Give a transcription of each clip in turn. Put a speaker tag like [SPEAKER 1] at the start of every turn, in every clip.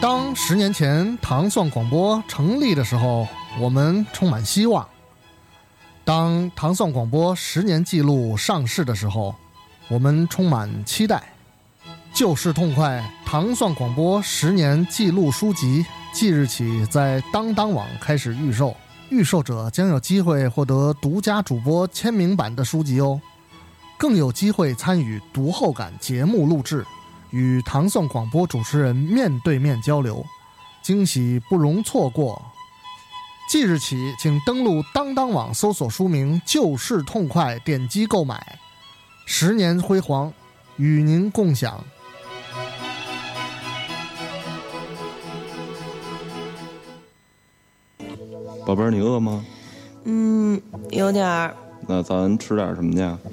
[SPEAKER 1] 当十年前糖蒜广播成立的时候，我们充满希望；当糖蒜广播十年记录上市的时候，我们充满期待。就是痛快！糖蒜广播十年记录书籍即日起在当当网开始预售，预售者将有机会获得独家主播签名版的书籍哦，更有机会参与读后感节目录制。与唐宋广播主持人面对面交流，惊喜不容错过。即日起，请登录当当网搜索书名“就是痛快”，点击购买。十年辉煌，与您共享。
[SPEAKER 2] 宝贝儿，你饿吗？
[SPEAKER 3] 嗯，有点儿
[SPEAKER 2] 那咱吃点什么去？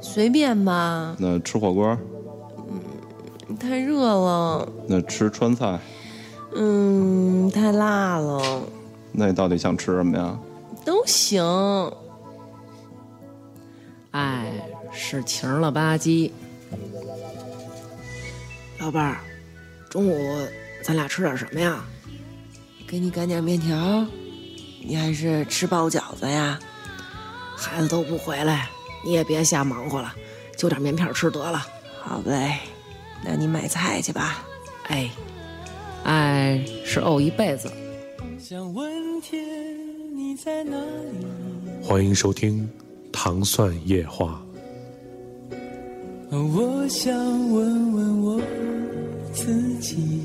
[SPEAKER 3] 随便吧，
[SPEAKER 2] 那吃火锅？
[SPEAKER 3] 太热了，
[SPEAKER 2] 那吃川菜？
[SPEAKER 3] 嗯，太辣了，
[SPEAKER 2] 那你到底想吃什么呀？
[SPEAKER 3] 都行。
[SPEAKER 4] 哎，是晴了吧唧，
[SPEAKER 5] 老伴儿，中午咱俩吃点什么呀？
[SPEAKER 3] 给你擀点面条，你还是吃包饺子呀？
[SPEAKER 5] 孩子都不回来，你也别瞎忙活了，就点面片吃得了。
[SPEAKER 3] 好嘞，那你买菜去吧。
[SPEAKER 4] 哎，哎是怄一辈子。
[SPEAKER 6] 想问天你在哪里？
[SPEAKER 7] 欢迎收听《糖蒜夜话
[SPEAKER 6] 哦我想问问我自己。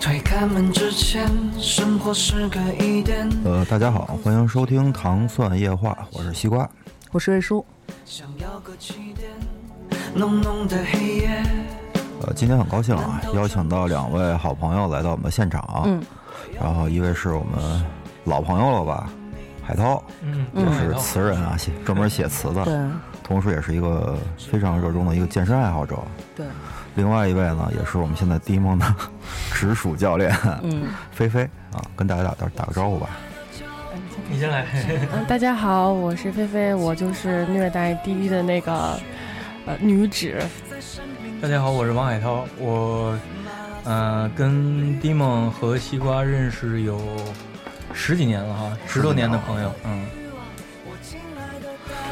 [SPEAKER 6] 推开门之前，生活是个疑点。
[SPEAKER 8] 呃，大家好，欢迎收听《糖蒜夜话》，我是西瓜。
[SPEAKER 9] 我是瑞叔，
[SPEAKER 6] 想要个起点，浓浓的黑夜。
[SPEAKER 8] 呃，今天很高兴啊，邀请到两位好朋友来到我们的现场。
[SPEAKER 9] 嗯，
[SPEAKER 8] 然后一位是我们老朋友了吧，海涛，嗯，也是词人啊，写专门写词
[SPEAKER 9] 对
[SPEAKER 8] 的，同时也是一个非常热衷的一个健身爱好者。
[SPEAKER 9] 对，
[SPEAKER 8] 另外一位呢，也是我们现在第一梦的 直属教练，嗯，菲菲啊，跟大家打打打个招呼吧。
[SPEAKER 6] 你先来。
[SPEAKER 10] 嗯，大家好，我是菲菲，我就是虐待滴滴的那个呃女子。
[SPEAKER 11] 大家好，我是王海涛，我呃跟 d i m o n 和西瓜认识有十几年了哈，十多年的朋友，嗯，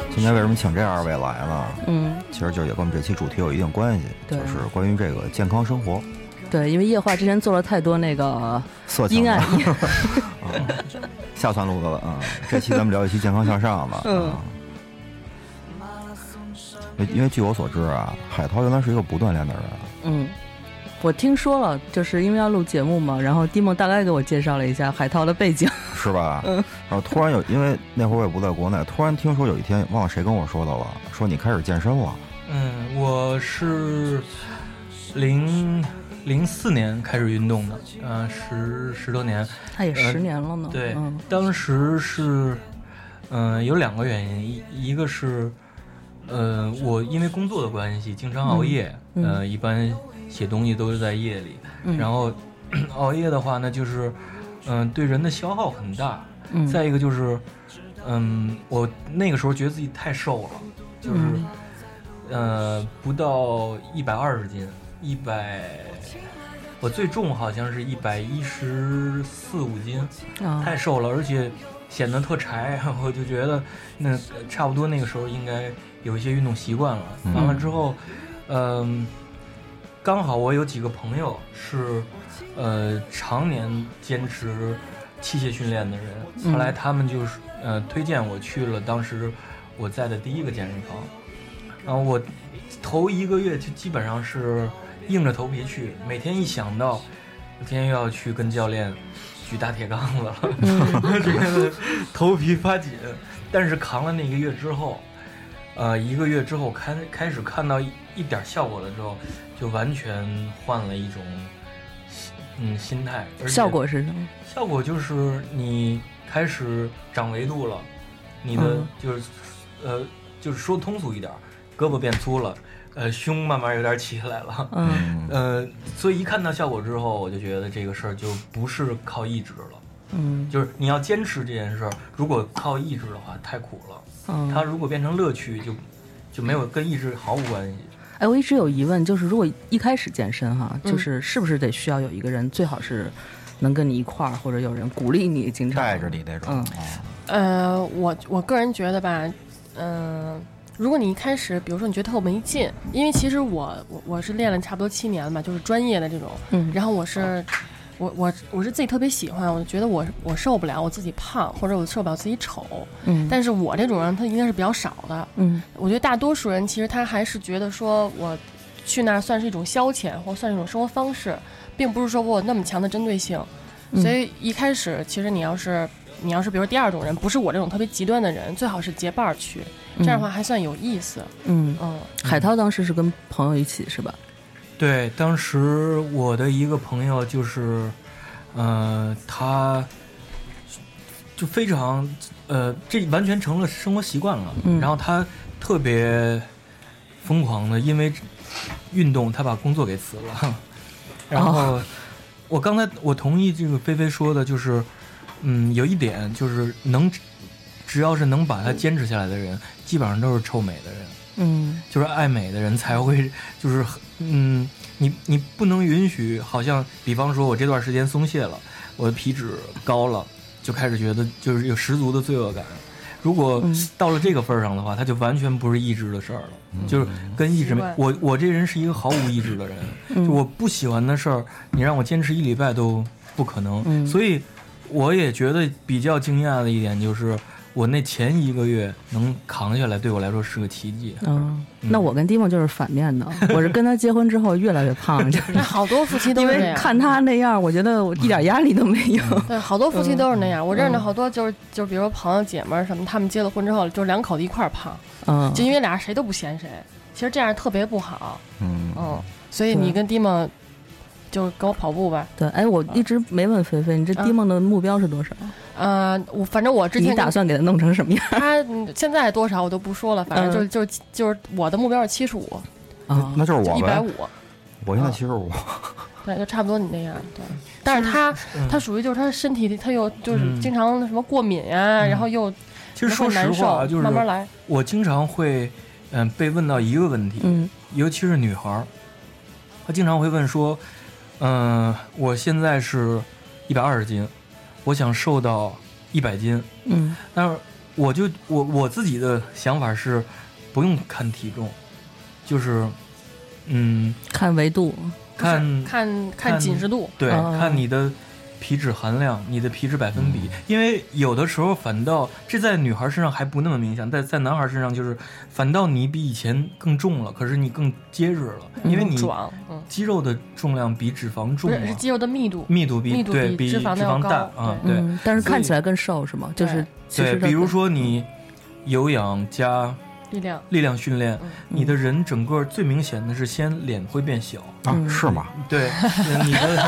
[SPEAKER 8] 今天为什么请这二位来呢？
[SPEAKER 9] 嗯，
[SPEAKER 8] 其实就也跟我们这期主题有一定关系，就
[SPEAKER 9] 对
[SPEAKER 8] 是关于这个健康生活。
[SPEAKER 9] 对，因为夜话之前做了太多那个
[SPEAKER 8] 色情
[SPEAKER 9] 阴
[SPEAKER 8] 的哦
[SPEAKER 9] 暗
[SPEAKER 8] 下三路子了啊！这期咱们聊一期健康向上的。嗯。因为据我所知啊，海涛原来是一个不锻炼的人，
[SPEAKER 9] 嗯，我听说了，就是因为要录节目嘛，然后蒂梦大概给我介绍了一下海涛的背景，
[SPEAKER 8] 是吧？嗯。然后突然有，因为那会儿我也不在国内，突然听说有一天忘了谁跟我说的了，说你开始健身了。
[SPEAKER 11] 嗯，我是零零四年开始运动的，呃，十十多年，
[SPEAKER 9] 他也十年了呢。
[SPEAKER 11] 对，
[SPEAKER 9] 嗯，
[SPEAKER 11] 当时是，嗯、有两个原因，一一个是，呃，我因为工作的关系经常熬夜，
[SPEAKER 9] 嗯嗯
[SPEAKER 11] 呃，一般写东西都是在夜里，
[SPEAKER 9] 嗯
[SPEAKER 11] 然后 熬夜的话呢，就是，嗯、对人的消耗很大。
[SPEAKER 9] 嗯
[SPEAKER 11] 再一个就是，嗯，我那个时候觉得自己太瘦了，就是，
[SPEAKER 9] 嗯
[SPEAKER 11] 呃，不到一百二十斤，一百。我最重好像是一百一十四五斤，
[SPEAKER 9] 啊，
[SPEAKER 11] 太瘦了，而且显得特柴， 我就觉得那呃差不多那个时候应该有一些运动习惯了。
[SPEAKER 8] 嗯
[SPEAKER 11] 完了之后，嗯、刚好我有几个朋友是呃常年坚持器械训练的人，
[SPEAKER 9] 嗯
[SPEAKER 11] 后来他们就是呃推荐我去了当时我在的第一个健身房，然后我头一个月就基本上是硬着头皮去，每天一想到我今天又要去跟教练举大铁杠子了， 我觉得头皮发紧。但是扛了那一个月之后，呃，一个月之后开开始看到一一点效果了之后，就完全换了一种心嗯心态，而且
[SPEAKER 9] 效果是什么？
[SPEAKER 11] 效果就是你开始长维度了，你的
[SPEAKER 9] 嗯
[SPEAKER 11] 就是、呃，就是说通俗一点儿，胳膊变粗了，呃胸慢慢有点起来了，
[SPEAKER 9] 嗯，
[SPEAKER 11] 呃，所以一看到效果之后，我就觉得这个事儿就不是靠意志了。
[SPEAKER 9] 嗯，
[SPEAKER 11] 就是你要坚持这件事儿，如果靠意志的话，太苦了。
[SPEAKER 9] 嗯
[SPEAKER 11] 它如果变成乐趣，就就没有跟意志毫无关系。
[SPEAKER 9] 哎，我一直有疑问，就是如果一开始健身哈，
[SPEAKER 11] 嗯
[SPEAKER 9] 就是是不是得需要有一个人，最好是能跟你一块儿，或者有人鼓励你，经常带着
[SPEAKER 8] 你那种。啊
[SPEAKER 9] 嗯，
[SPEAKER 10] 呃，我我个人觉得吧，嗯、如果你一开始，比如说你觉得特没劲，因为其实我我我是练了差不多七年了嘛，就是专业的这种，
[SPEAKER 9] 嗯
[SPEAKER 10] 然后我是。我我我是自己特别喜欢，我觉得我我受不了我自己胖，或者我受不了自己丑，
[SPEAKER 9] 嗯
[SPEAKER 10] 但是我这种人他应该是比较少的，
[SPEAKER 9] 嗯，
[SPEAKER 10] 我觉得大多数人其实他还是觉得说我去那儿算是一种消遣，或算是一种生活方式，并不是说我有那么强的针对性。
[SPEAKER 9] 嗯
[SPEAKER 10] 所以一开始，其实你要是你要是比如第二种人，不是我这种特别极端的人，最好是结伴儿去，这样的话还算有意思。
[SPEAKER 9] 嗯
[SPEAKER 10] 嗯，
[SPEAKER 9] 海涛当时是跟朋友一起是吧？
[SPEAKER 11] 对，当时我的一个朋友就是，呃，他就非常，呃，这完全成了生活习惯了。
[SPEAKER 9] 嗯
[SPEAKER 11] 然后他特别疯狂的，因为运动，他把工作给辞了。然后我刚才我同意这个菲菲说的，就是，嗯，有一点就是能，只要是能把它坚持下来的人，基本上都是臭美的人。
[SPEAKER 9] 嗯
[SPEAKER 11] 就是爱美的人才会， 就是很嗯，你你不能允许，好像比方说我这段时间松懈了，我的皮脂高了，就开始觉得就是有十足的罪恶感。如果
[SPEAKER 9] 嗯
[SPEAKER 11] 到了这个份儿上的话，它就完全不是意志的事儿了，就是跟意志没
[SPEAKER 10] 习惯
[SPEAKER 11] 我我这人是一个毫无意志的人，
[SPEAKER 9] 嗯
[SPEAKER 11] 就我不喜欢的事儿，你让我坚持一礼拜都不可能。
[SPEAKER 9] 嗯
[SPEAKER 11] 所以我也觉得比较惊讶的一点就是，我那前一个月能扛下来，对我来说是个奇迹。
[SPEAKER 9] 嗯，那我跟蒂梦就是反面 的，我是跟他结婚之后越来越胖，就是
[SPEAKER 10] 那好多夫妻 都
[SPEAKER 9] 因
[SPEAKER 10] 是这
[SPEAKER 9] 为
[SPEAKER 10] 样。
[SPEAKER 9] 看他那样，我觉得我一点压力都没有。
[SPEAKER 10] 对，好多夫妻都是那样。我认识
[SPEAKER 9] 嗯
[SPEAKER 10] 好多就是就是，比如说朋友姐们儿什么，他们结了婚之后，就是两口子一块儿胖，
[SPEAKER 9] 嗯
[SPEAKER 10] 就因为俩人谁都不嫌谁。其实这样特别不好。
[SPEAKER 8] 嗯
[SPEAKER 10] 嗯，所以你
[SPEAKER 9] 对
[SPEAKER 10] 跟蒂梦就跟我跑步吧。
[SPEAKER 9] 对，哎，我一直没问菲菲，你这蒂梦的目标是多少？
[SPEAKER 10] 呃，我反正我嗯之前
[SPEAKER 9] 你打算给他弄成什么样？
[SPEAKER 10] 他嗯现在多少我都不说了，反正就是
[SPEAKER 9] 嗯
[SPEAKER 10] 就是就是我的目标是七十五，
[SPEAKER 9] 啊
[SPEAKER 8] 那就是我呗
[SPEAKER 10] 一百五，
[SPEAKER 8] 我现在七十五，
[SPEAKER 10] 对，就差不多你那样。对，但是他他属于就是他身体里他又就是
[SPEAKER 11] 嗯
[SPEAKER 10] 经常什么过敏呀，然后又
[SPEAKER 11] 其实
[SPEAKER 10] 会
[SPEAKER 11] 说实
[SPEAKER 10] 难
[SPEAKER 11] 话，啊
[SPEAKER 10] 受，
[SPEAKER 11] 就是
[SPEAKER 10] 慢慢来。
[SPEAKER 11] 我经常会，嗯、被问到一个问题，
[SPEAKER 9] 嗯
[SPEAKER 11] 尤其是女孩儿，她经常会问说，嗯、我现在是一百二十斤，我想瘦到一百斤，
[SPEAKER 9] 嗯
[SPEAKER 11] 但是我就我我自己的想法是，不用看体重，就是，嗯，
[SPEAKER 9] 看维度，
[SPEAKER 11] 看
[SPEAKER 10] 看看紧实度，
[SPEAKER 11] 对，
[SPEAKER 9] 哦
[SPEAKER 11] 看你的皮脂含量、你的皮脂百分
[SPEAKER 10] 嗯
[SPEAKER 11] 比，因为有的时候反倒这在女孩身上还不那么明显，但在男孩身上就是反倒你比以前更重了，可是你更结实了，因为
[SPEAKER 10] 嗯
[SPEAKER 11] 你
[SPEAKER 10] 壮嗯
[SPEAKER 11] 肌肉的重量比脂肪
[SPEAKER 10] 不
[SPEAKER 11] 重啊
[SPEAKER 10] 是是
[SPEAKER 11] 了。
[SPEAKER 10] 肌肉的密度，
[SPEAKER 11] 密度比
[SPEAKER 10] 密度
[SPEAKER 11] 对
[SPEAKER 10] 比
[SPEAKER 11] 比
[SPEAKER 10] 脂肪的
[SPEAKER 11] 脂
[SPEAKER 10] 要
[SPEAKER 11] 肪
[SPEAKER 10] 高
[SPEAKER 11] 大啊对
[SPEAKER 9] 嗯，但是看起来更瘦是吗？就是其
[SPEAKER 11] 对，
[SPEAKER 9] 实它
[SPEAKER 11] 比如说你有氧加
[SPEAKER 10] 力量。
[SPEAKER 11] 力量训
[SPEAKER 10] 嗯
[SPEAKER 11] 练，你的人整个最明显的是先脸会变小，
[SPEAKER 8] 啊，是吗？
[SPEAKER 11] 对，你的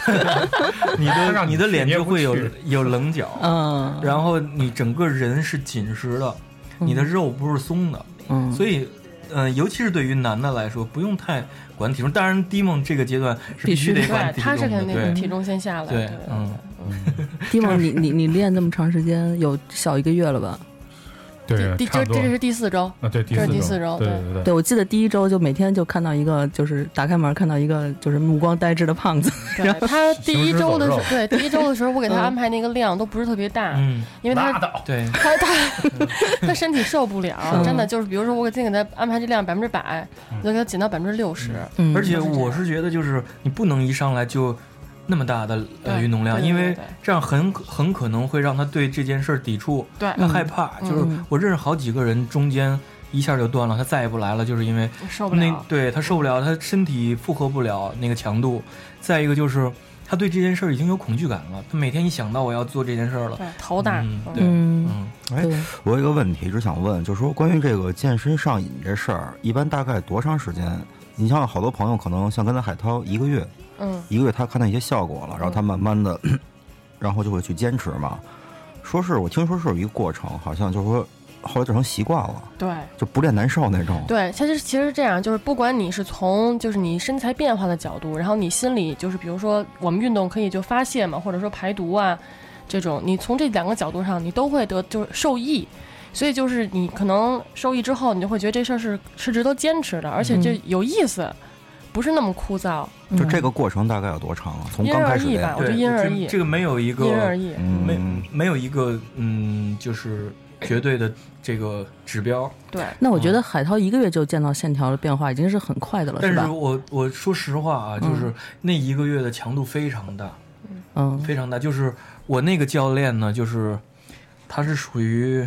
[SPEAKER 11] 你的你的脸就会有有棱角，
[SPEAKER 9] 嗯
[SPEAKER 11] 然后你整个人是紧实的，你的肉不是松的，
[SPEAKER 9] 嗯
[SPEAKER 11] 所以。嗯，尤其是对于男的来说，不用太管体重。当然，低梦这个阶段是必须得管
[SPEAKER 10] 对，
[SPEAKER 11] 体重
[SPEAKER 10] 他
[SPEAKER 11] 的，
[SPEAKER 10] 是肯定
[SPEAKER 11] 对
[SPEAKER 10] 体重先下来。
[SPEAKER 11] 对，嗯，
[SPEAKER 9] 蒂梦，你你你练那么长时间，有小一个月了吧？
[SPEAKER 12] 对，
[SPEAKER 10] 第
[SPEAKER 12] 差
[SPEAKER 10] 这
[SPEAKER 12] 不多
[SPEAKER 10] 这是第四周
[SPEAKER 12] 啊，对，
[SPEAKER 10] 这是
[SPEAKER 12] 四
[SPEAKER 10] 第四周
[SPEAKER 12] 对
[SPEAKER 10] 对
[SPEAKER 12] 对
[SPEAKER 9] 对，我记得第一周就每天就看到一个，就是打开门看到一个就是目光呆滞的胖子，然后
[SPEAKER 10] 对他第一周的时候，
[SPEAKER 9] 行尸
[SPEAKER 10] 对
[SPEAKER 9] 走肉
[SPEAKER 10] 第一周的时候，我给他
[SPEAKER 9] 嗯
[SPEAKER 10] 安排那个量都不是特别大，嗯
[SPEAKER 9] 嗯
[SPEAKER 10] 因为他
[SPEAKER 11] 对，
[SPEAKER 10] 他 他他身体受不了，
[SPEAKER 11] 嗯
[SPEAKER 10] 真的就是，比如说我给今天给他安排这量百分之百，
[SPEAKER 9] 嗯
[SPEAKER 10] 我就给他减到百分之六十。
[SPEAKER 11] 而且我是觉得，就是你不能一上来就那么大的呃
[SPEAKER 10] 对
[SPEAKER 11] 运动量，
[SPEAKER 10] 对
[SPEAKER 11] 因
[SPEAKER 10] 对
[SPEAKER 11] 为
[SPEAKER 10] 对
[SPEAKER 11] 这样很很可能会让他对这件事儿抵触，
[SPEAKER 10] 对
[SPEAKER 11] 他害怕。
[SPEAKER 10] 嗯
[SPEAKER 11] 就是
[SPEAKER 10] 嗯
[SPEAKER 11] 我认识好几个人，中间一下就断了，他再也不来了，就是因为
[SPEAKER 10] 受不了
[SPEAKER 11] 那对他受不了，他身体负荷不了那个强度。再一个就是他对这件事儿已经有恐惧感了，他每天一想到我要做这件事儿了
[SPEAKER 10] 对，头大
[SPEAKER 11] 嗯，
[SPEAKER 10] 嗯
[SPEAKER 11] 对，嗯，
[SPEAKER 8] 哎，我有一个问题，只想问，就是说关于这个健身上瘾这事儿，一般大概多长时间？你像好多朋友可能像刚才海涛一个月，
[SPEAKER 10] 嗯
[SPEAKER 8] 一个月他看到一些效果了，然后他慢慢嗯的，然后就会去坚持嘛。说是我听说是有一个过程，好像就是说后来就成习惯了，
[SPEAKER 10] 对。
[SPEAKER 8] 就不练难受那种。
[SPEAKER 10] 对，其实其实是这样，就是不管你是从就是你身材变化的角度，然后你心里就是比如说我们运动可以就发泄嘛，或者说排毒啊，这种你从这两个角度上你都会得就是受益，所以就是你可能受益之后，你就会觉得这事儿是是值得坚持的，而且这
[SPEAKER 8] 嗯
[SPEAKER 10] 有意思，不是那么枯燥。
[SPEAKER 8] 就这个过程大概有多长啊？从
[SPEAKER 10] 因
[SPEAKER 8] 刚
[SPEAKER 10] 人
[SPEAKER 8] 开
[SPEAKER 10] 而
[SPEAKER 8] 始
[SPEAKER 10] 异吧
[SPEAKER 8] 练，，
[SPEAKER 10] 我觉得因人而异。
[SPEAKER 11] 这个没有一个嗯
[SPEAKER 10] 因人而异
[SPEAKER 11] 没没有一个嗯，就是绝对的这个指标。
[SPEAKER 10] 对
[SPEAKER 9] 那我觉得海涛一个月就见到线条的变化，已经是很快的了，
[SPEAKER 11] 嗯但
[SPEAKER 9] 吧
[SPEAKER 11] 是？我我说实话啊，就是
[SPEAKER 9] 嗯
[SPEAKER 11] 那一个月的强度非常大，
[SPEAKER 9] 嗯，
[SPEAKER 11] 非常大。就是我那个教练呢，就是他是属于，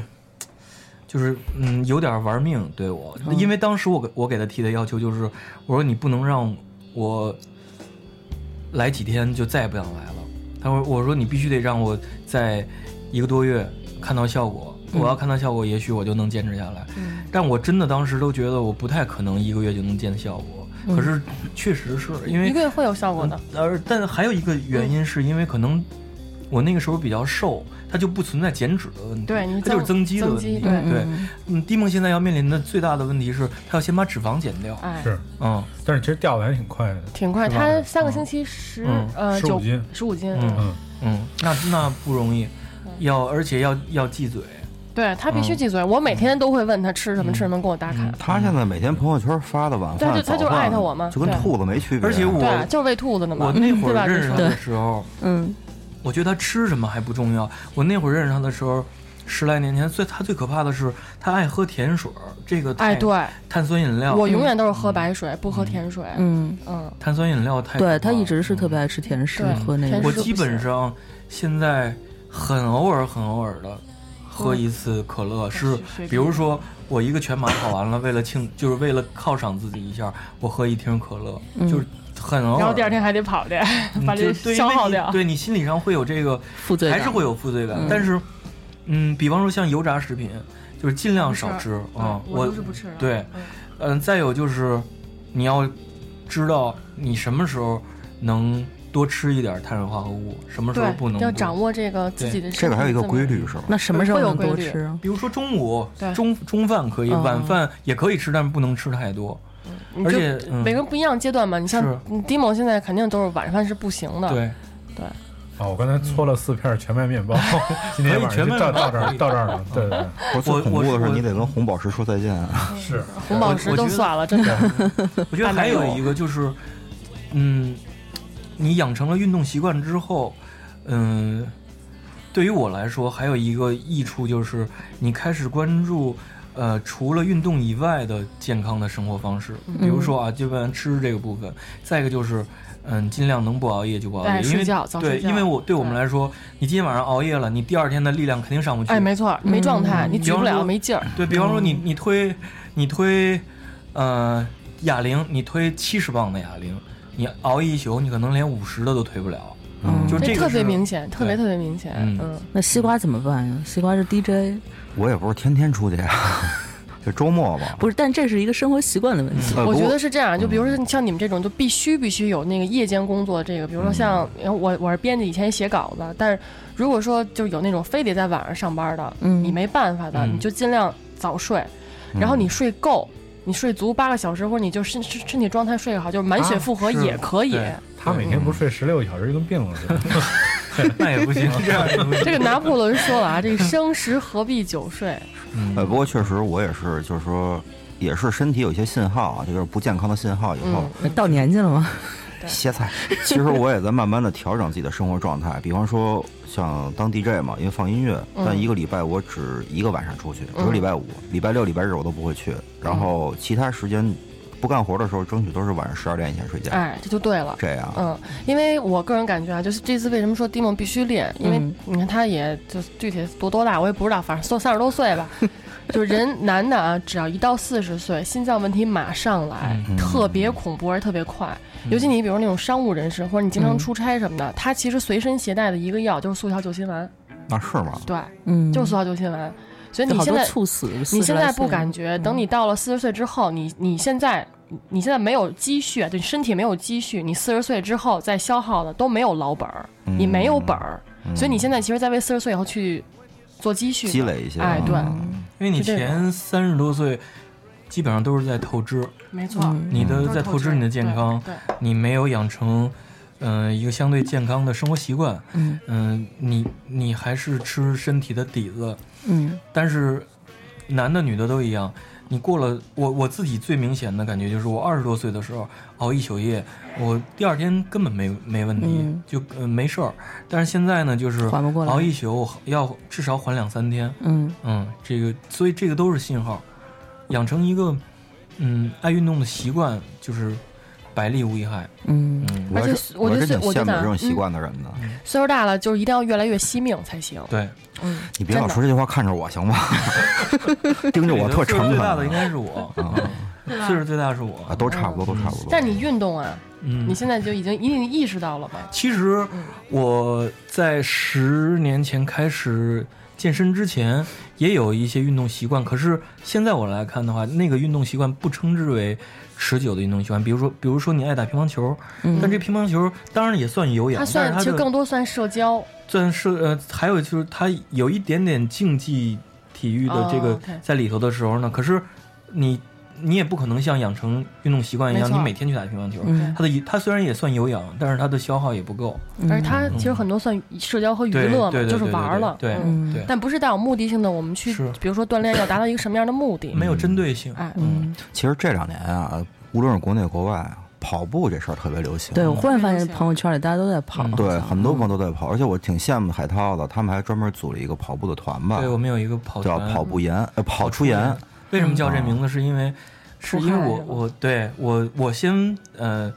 [SPEAKER 11] 就是嗯，有点玩命对我，
[SPEAKER 12] 嗯
[SPEAKER 11] 因为当时我给我给他提的要求就是，我说你不能让我来几天就再也不想来了。他说我说你必须得让我在一个多月看到效果，
[SPEAKER 12] 嗯
[SPEAKER 11] 我要看到效果，也许我就能坚持下来。但我真的当时都觉得我不太可能一个月就能见效果，
[SPEAKER 10] 嗯
[SPEAKER 11] 可是确实是因为
[SPEAKER 10] 一个月会有效果的，
[SPEAKER 11] 嗯
[SPEAKER 10] 嗯
[SPEAKER 11] 而但还有一个原因是因为可能我那个时候比较瘦，它就不存在减脂的问题，
[SPEAKER 10] 对你
[SPEAKER 11] 它就是
[SPEAKER 10] 增
[SPEAKER 11] 增肌的问题。
[SPEAKER 10] 增肌对
[SPEAKER 11] 对
[SPEAKER 10] 嗯，
[SPEAKER 11] 嗯，低梦现在要面临的最大的问题是，他要先把脂肪减掉。
[SPEAKER 10] 哎
[SPEAKER 13] 是，
[SPEAKER 11] 嗯，
[SPEAKER 13] 但是其实掉的还挺快的，
[SPEAKER 10] 挺快。
[SPEAKER 11] 是吧
[SPEAKER 10] 他三个星期十
[SPEAKER 11] 嗯
[SPEAKER 13] 15
[SPEAKER 10] 呃九
[SPEAKER 13] 斤
[SPEAKER 10] 十五斤，
[SPEAKER 11] 嗯嗯，那那不容易，
[SPEAKER 10] 嗯
[SPEAKER 11] 要而且要要忌嘴。
[SPEAKER 10] 对他必须
[SPEAKER 11] 嗯
[SPEAKER 10] 忌嘴。我每天都会问他吃什么吃什么，给我打卡。
[SPEAKER 8] 他现在每天朋友圈发的晚
[SPEAKER 10] 对
[SPEAKER 8] 饭，
[SPEAKER 10] 就他就
[SPEAKER 8] 早饭
[SPEAKER 10] 艾特我嘛
[SPEAKER 8] 就跟
[SPEAKER 10] 对
[SPEAKER 8] 兔子没区别。
[SPEAKER 11] 而且我
[SPEAKER 10] 对，啊就是喂兔子的嘛。
[SPEAKER 11] 我那会
[SPEAKER 10] 嗯对吧
[SPEAKER 11] 儿认识他的
[SPEAKER 10] 对
[SPEAKER 11] 时候，
[SPEAKER 9] 嗯，
[SPEAKER 11] 我觉得他吃什么还不重要。我那会儿认识他的时候，十来年前，最他最可怕的是他爱喝甜水儿，这个太
[SPEAKER 10] 哎对，
[SPEAKER 11] 碳酸饮料，
[SPEAKER 10] 我永远都是喝白水，不喝甜水。
[SPEAKER 9] 嗯
[SPEAKER 10] 嗯，
[SPEAKER 11] 碳酸饮料太可怕
[SPEAKER 9] 对
[SPEAKER 11] 了嗯
[SPEAKER 9] 他一直是特别爱吃甜食
[SPEAKER 10] 对，
[SPEAKER 9] 喝那
[SPEAKER 10] 甜
[SPEAKER 9] 个
[SPEAKER 11] 我基本上现在很偶尔、很偶尔的喝
[SPEAKER 10] 嗯
[SPEAKER 11] 一次可乐，是
[SPEAKER 12] 水
[SPEAKER 11] 比如说我一个全马跑完了，为了庆，就是为了犒赏自己一下，我喝一听可乐，
[SPEAKER 10] 嗯
[SPEAKER 11] 就是很偶
[SPEAKER 10] 然后
[SPEAKER 11] 尔
[SPEAKER 10] 第。二天还得跑去
[SPEAKER 11] 嗯，
[SPEAKER 10] 把这
[SPEAKER 11] 就对因为
[SPEAKER 10] 消耗
[SPEAKER 11] 你
[SPEAKER 10] 掉。
[SPEAKER 11] 对你心理上会有这个
[SPEAKER 9] 负罪感
[SPEAKER 11] 还是会有负罪感。
[SPEAKER 10] 嗯
[SPEAKER 11] 但是，嗯，比方说像油炸食品，就是尽量少吃
[SPEAKER 10] 不吃
[SPEAKER 11] 啊、
[SPEAKER 10] 对
[SPEAKER 11] 我
[SPEAKER 10] 我都是不吃的
[SPEAKER 11] 对，嗯、再有就是你要知道你什么时候能多吃一点碳水化合物，什么时候
[SPEAKER 10] 对
[SPEAKER 11] 不能
[SPEAKER 10] 要
[SPEAKER 11] 多
[SPEAKER 10] 掌握这个自
[SPEAKER 11] 对
[SPEAKER 10] 己的身体的这么
[SPEAKER 9] 那什么时候
[SPEAKER 10] 会有
[SPEAKER 9] 能
[SPEAKER 10] 规
[SPEAKER 9] 多
[SPEAKER 10] 律
[SPEAKER 9] 吃？啊
[SPEAKER 11] 比如说中午
[SPEAKER 10] 对
[SPEAKER 11] 中中饭可以，
[SPEAKER 10] 嗯
[SPEAKER 11] 晚饭也可以吃，但是不能吃太多。
[SPEAKER 10] 你
[SPEAKER 11] 而
[SPEAKER 10] 就
[SPEAKER 11] 且嗯
[SPEAKER 10] 每个人不一样阶段嘛，你像
[SPEAKER 13] 是
[SPEAKER 10] 你 Dimo 现在肯定都是晚饭是不行的，
[SPEAKER 13] 对
[SPEAKER 10] 对，
[SPEAKER 13] 啊，我刚才搓了四片全麦面 包，今天晚上就到到这儿到这儿了，对对对。
[SPEAKER 8] 我最恐怖的是，你得跟红宝石说再见啊！
[SPEAKER 13] 是
[SPEAKER 10] 红宝石都算了，真的。
[SPEAKER 11] 我觉得还有一个就是，嗯，你养成了运动习惯之后，嗯，对于我来说还有一个益处就是，你开始关注。呃，除了运动以外的健康的生活方式，比
[SPEAKER 10] 嗯
[SPEAKER 11] 如说啊，就问吃这个部分。再一个就是，嗯，尽量能不熬夜就不熬夜，
[SPEAKER 10] 哎
[SPEAKER 11] 因为
[SPEAKER 10] 睡觉早
[SPEAKER 11] 对，
[SPEAKER 10] 睡觉
[SPEAKER 11] 因为我对我们来说，你今天晚上熬夜了，你第二天的力量肯定上不去。
[SPEAKER 10] 哎，没错，没状态，你举不
[SPEAKER 11] 比方
[SPEAKER 10] 了，
[SPEAKER 11] 说
[SPEAKER 10] 没劲儿。
[SPEAKER 11] 对比方说你你推你推呃哑铃，你推七十磅的哑铃，你熬一宿，你可能连五十的都推不了， 嗯就这
[SPEAKER 10] 这
[SPEAKER 11] 个
[SPEAKER 10] 特别
[SPEAKER 11] 是
[SPEAKER 10] 明显，特别特别明显。嗯
[SPEAKER 11] 嗯，
[SPEAKER 9] 嗯那西瓜怎么办呀？西瓜是 DJ，
[SPEAKER 8] 我也不是天天出去呀， 就周末吧。
[SPEAKER 9] 不是？但这是一个生活习惯的问题。
[SPEAKER 8] 呃
[SPEAKER 10] 我
[SPEAKER 8] 不
[SPEAKER 10] 觉
[SPEAKER 8] 过
[SPEAKER 10] 得是这样，就比如说像你们这种，就必须必须有那个夜间工作，这个，比如说像呃我我是编辑，以前写稿子，但是如果说就有那种非得在晚上上班的，
[SPEAKER 9] 嗯
[SPEAKER 10] 你没办法的，
[SPEAKER 9] 嗯
[SPEAKER 10] 你就尽量早睡，
[SPEAKER 9] 嗯
[SPEAKER 10] 然后你睡够，你睡足八个小时，或者你就身身身体状态睡好，就是满血复活也可以。
[SPEAKER 13] 他每天不睡十六个小时就跟病了似的，
[SPEAKER 11] 那也不行，嗯这样也不
[SPEAKER 10] 这个拿破仑说了啊，这个生时何必久睡？
[SPEAKER 11] 嗯
[SPEAKER 8] 呃，不过确实我也是，就是说，也是身体有一些信号啊，这就是不健康的信号，以
[SPEAKER 10] 嗯
[SPEAKER 8] 后
[SPEAKER 11] 嗯
[SPEAKER 9] 到年纪了吗？
[SPEAKER 8] 歇菜。 其实我也在慢慢的调整自己的生活状态，比方说像当 DJ 嘛，因为放音乐，
[SPEAKER 12] 嗯
[SPEAKER 8] 但一个礼拜我只一个晚上出去，只有
[SPEAKER 12] 嗯
[SPEAKER 8] 礼拜五、礼拜六、礼拜日我都不会去，然
[SPEAKER 10] 嗯
[SPEAKER 8] 后其他时间不干活的时候，争取都是晚上十二点以前睡觉。
[SPEAKER 10] 哎，这就对了。
[SPEAKER 8] 这样，
[SPEAKER 10] 嗯，因为我个人感觉啊，就是这次为什么说 d i m o 必须练，因
[SPEAKER 9] 嗯
[SPEAKER 10] 为你看他也就是具体多多大我也不知道，反正都三十多岁 吧。就是人男的啊，只要一到四十岁，心脏问题马上来，
[SPEAKER 12] 嗯
[SPEAKER 10] 特别恐怖，而且特别快。
[SPEAKER 9] 嗯
[SPEAKER 10] 尤其你比如那种商务人士，或者你经常出差什么的，他其实随身携带的一个药就是速效救心丸，
[SPEAKER 8] 那是吗？
[SPEAKER 10] 对，
[SPEAKER 9] 嗯
[SPEAKER 10] 就是速效救心丸。所以
[SPEAKER 9] 就
[SPEAKER 10] 你
[SPEAKER 9] 好
[SPEAKER 10] 现
[SPEAKER 9] 多
[SPEAKER 10] 在
[SPEAKER 9] 猝死
[SPEAKER 10] 你
[SPEAKER 9] 40
[SPEAKER 10] 现
[SPEAKER 9] 来
[SPEAKER 10] 在不
[SPEAKER 9] 岁
[SPEAKER 10] 感觉，等你到了四十岁之后，你你现在你现在没有积蓄，对身体没有积蓄，你四十岁之后再消耗的都没有老本儿，你没
[SPEAKER 8] 嗯
[SPEAKER 10] 有本儿，所以你现在其实在为四十岁以后去做积蓄的，
[SPEAKER 8] 积累一些啊嗯
[SPEAKER 10] 哎，对，
[SPEAKER 11] 因为你
[SPEAKER 10] 是这种
[SPEAKER 11] 前三十多岁基本上都是在透支，
[SPEAKER 10] 没错嗯
[SPEAKER 11] 你的
[SPEAKER 10] 都是
[SPEAKER 11] 在
[SPEAKER 10] 透
[SPEAKER 11] 透支
[SPEAKER 10] 支
[SPEAKER 11] 你的健
[SPEAKER 10] 对
[SPEAKER 11] 康
[SPEAKER 10] 对，
[SPEAKER 11] 你没有养成嗯、呃一个相对健康的生活习惯，
[SPEAKER 9] 嗯
[SPEAKER 11] 你你还是吃身体的底子，
[SPEAKER 9] 嗯，
[SPEAKER 11] 但是男的女的都一样。你过了我我自己最明显的感觉就是，我二十多岁的时候熬一宿夜，我第二天根本没没问题，
[SPEAKER 9] 嗯
[SPEAKER 11] 就、呃、没事儿。但是现在呢，就是
[SPEAKER 9] 缓不过来
[SPEAKER 11] 熬一宿要至少缓两三天。
[SPEAKER 9] 嗯
[SPEAKER 11] 嗯，这个所以这个都是信号，养成一个嗯爱运动的习惯，就是百利无一害。
[SPEAKER 9] 嗯，
[SPEAKER 10] 而且
[SPEAKER 11] 是
[SPEAKER 10] 我就觉得我觉得啊
[SPEAKER 8] 的人呢。
[SPEAKER 10] 嗯岁数大了，就是一定要越来越惜命才行。
[SPEAKER 11] 对，
[SPEAKER 10] 嗯，
[SPEAKER 8] 你别老
[SPEAKER 10] 真的
[SPEAKER 8] 说这句话看着我行吗？ 盯着我特
[SPEAKER 11] 岁数
[SPEAKER 8] 诚
[SPEAKER 11] 最
[SPEAKER 8] 恳
[SPEAKER 11] 大
[SPEAKER 8] 啊
[SPEAKER 11] 的应该是我，
[SPEAKER 10] 对
[SPEAKER 11] 嗯
[SPEAKER 10] 吧
[SPEAKER 11] 岁数最大是我
[SPEAKER 8] 啊，都差不多，都差不多。
[SPEAKER 10] 但你运动啊，
[SPEAKER 11] 嗯
[SPEAKER 10] 你现在就已经已经意识到了吧？
[SPEAKER 11] 其实我在十年前开始健身之前，也有一些运动习惯，可是现在我来看的话，那个运动习惯不称之为持久的运动习惯。比如说，比如说你爱打乒乓球，
[SPEAKER 9] 嗯
[SPEAKER 11] 但这乒乓球当然也算有氧，
[SPEAKER 10] 它
[SPEAKER 11] 但是
[SPEAKER 10] 算
[SPEAKER 11] 它
[SPEAKER 10] 其实
[SPEAKER 11] 的
[SPEAKER 10] 更多算社交，
[SPEAKER 11] 算是呃，还有就是它有一点点竞技体育的这
[SPEAKER 10] 哦
[SPEAKER 11] 个
[SPEAKER 10] ，OK
[SPEAKER 11] 在里头的时候呢，可是你你也不可能像养成运动习惯一样，
[SPEAKER 10] 没错
[SPEAKER 11] 你每天去打乒乓球
[SPEAKER 10] 嗯，
[SPEAKER 11] 它的它虽然也算有氧，但是它的消耗也不够。
[SPEAKER 10] 而它其实
[SPEAKER 11] 嗯
[SPEAKER 10] 很多算社交和娱
[SPEAKER 11] 对
[SPEAKER 10] 乐嘛，
[SPEAKER 11] 对对
[SPEAKER 10] 就是
[SPEAKER 11] 对对
[SPEAKER 10] 玩儿了。
[SPEAKER 11] 对对
[SPEAKER 10] 嗯
[SPEAKER 11] 对
[SPEAKER 10] 但不是带有目的性的，我们去
[SPEAKER 8] 是
[SPEAKER 10] 比如说锻炼要达到一个什么样的目的？
[SPEAKER 11] 没有针对性。
[SPEAKER 10] 哎，
[SPEAKER 9] 嗯，
[SPEAKER 8] 其实这两年啊，无论是国内国外，跑步这事儿特别流行。嗯
[SPEAKER 9] 对，我嗯忽然发现朋友圈里大家都在
[SPEAKER 11] 嗯
[SPEAKER 9] 跑，
[SPEAKER 8] 对，很多朋友都在跑，而且我挺羡慕海涛的，他们还专门组了一个跑步的团吧？
[SPEAKER 11] 对我们有一个跑
[SPEAKER 8] 叫
[SPEAKER 11] 团
[SPEAKER 8] 跑步研，呃，跑出研。
[SPEAKER 11] 为什么叫这
[SPEAKER 8] 嗯
[SPEAKER 11] 名字？是因为是因为我
[SPEAKER 8] 出汗是吧
[SPEAKER 11] 我对我我先呃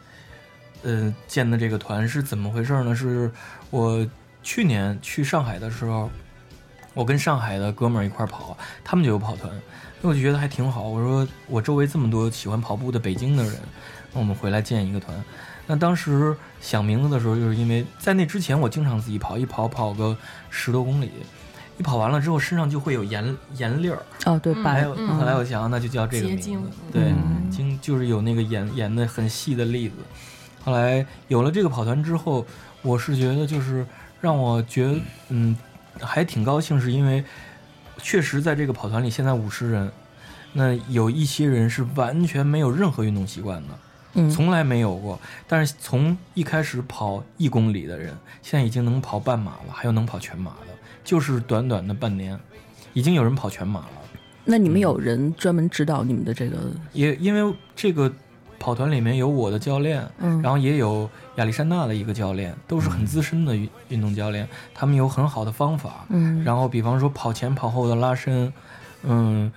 [SPEAKER 11] 呃建的这个团是怎么回事呢？是我去年去上海的时候，我跟上海的哥们儿一块儿跑，他们就有跑团，那我就觉得还挺好。我说我周围这么多喜欢跑步的北京的人，那我们回来建一个团。那当时想名字的时候，就是因为在那之前我经常自己跑，一跑跑个十多公里，一跑完了之后身上就会有盐盐粒儿。
[SPEAKER 9] 哦对白
[SPEAKER 11] 还有
[SPEAKER 9] 嗯
[SPEAKER 11] 后来我想，那就叫这个
[SPEAKER 9] 结
[SPEAKER 11] 名字
[SPEAKER 9] 晶。
[SPEAKER 11] 对
[SPEAKER 9] 嗯，
[SPEAKER 11] 经就是有那个盐盐的很细的粒子。后来有了这个跑团之后，我是觉得就是让我觉得嗯还挺高兴，是因为确实在这个跑团里现在五十人，那有一些人是完全没有任何运动习惯的。
[SPEAKER 9] 嗯
[SPEAKER 11] 从来没有过，但是从一开始跑一公里的人，现在已经能跑半马了，还有能跑全马的，就是短短的半年，已经有人跑全马了。
[SPEAKER 9] 那你们有人专门指导你们的这个？
[SPEAKER 11] 也因为这个跑团里面有我的教练，
[SPEAKER 9] 嗯
[SPEAKER 11] 然后也有亚历山大的一个教练，都是
[SPEAKER 13] 嗯
[SPEAKER 11] 很资深的运运动教练，他们有很好的方法，
[SPEAKER 9] 嗯
[SPEAKER 11] 然后比方说跑前跑后的拉伸，嗯，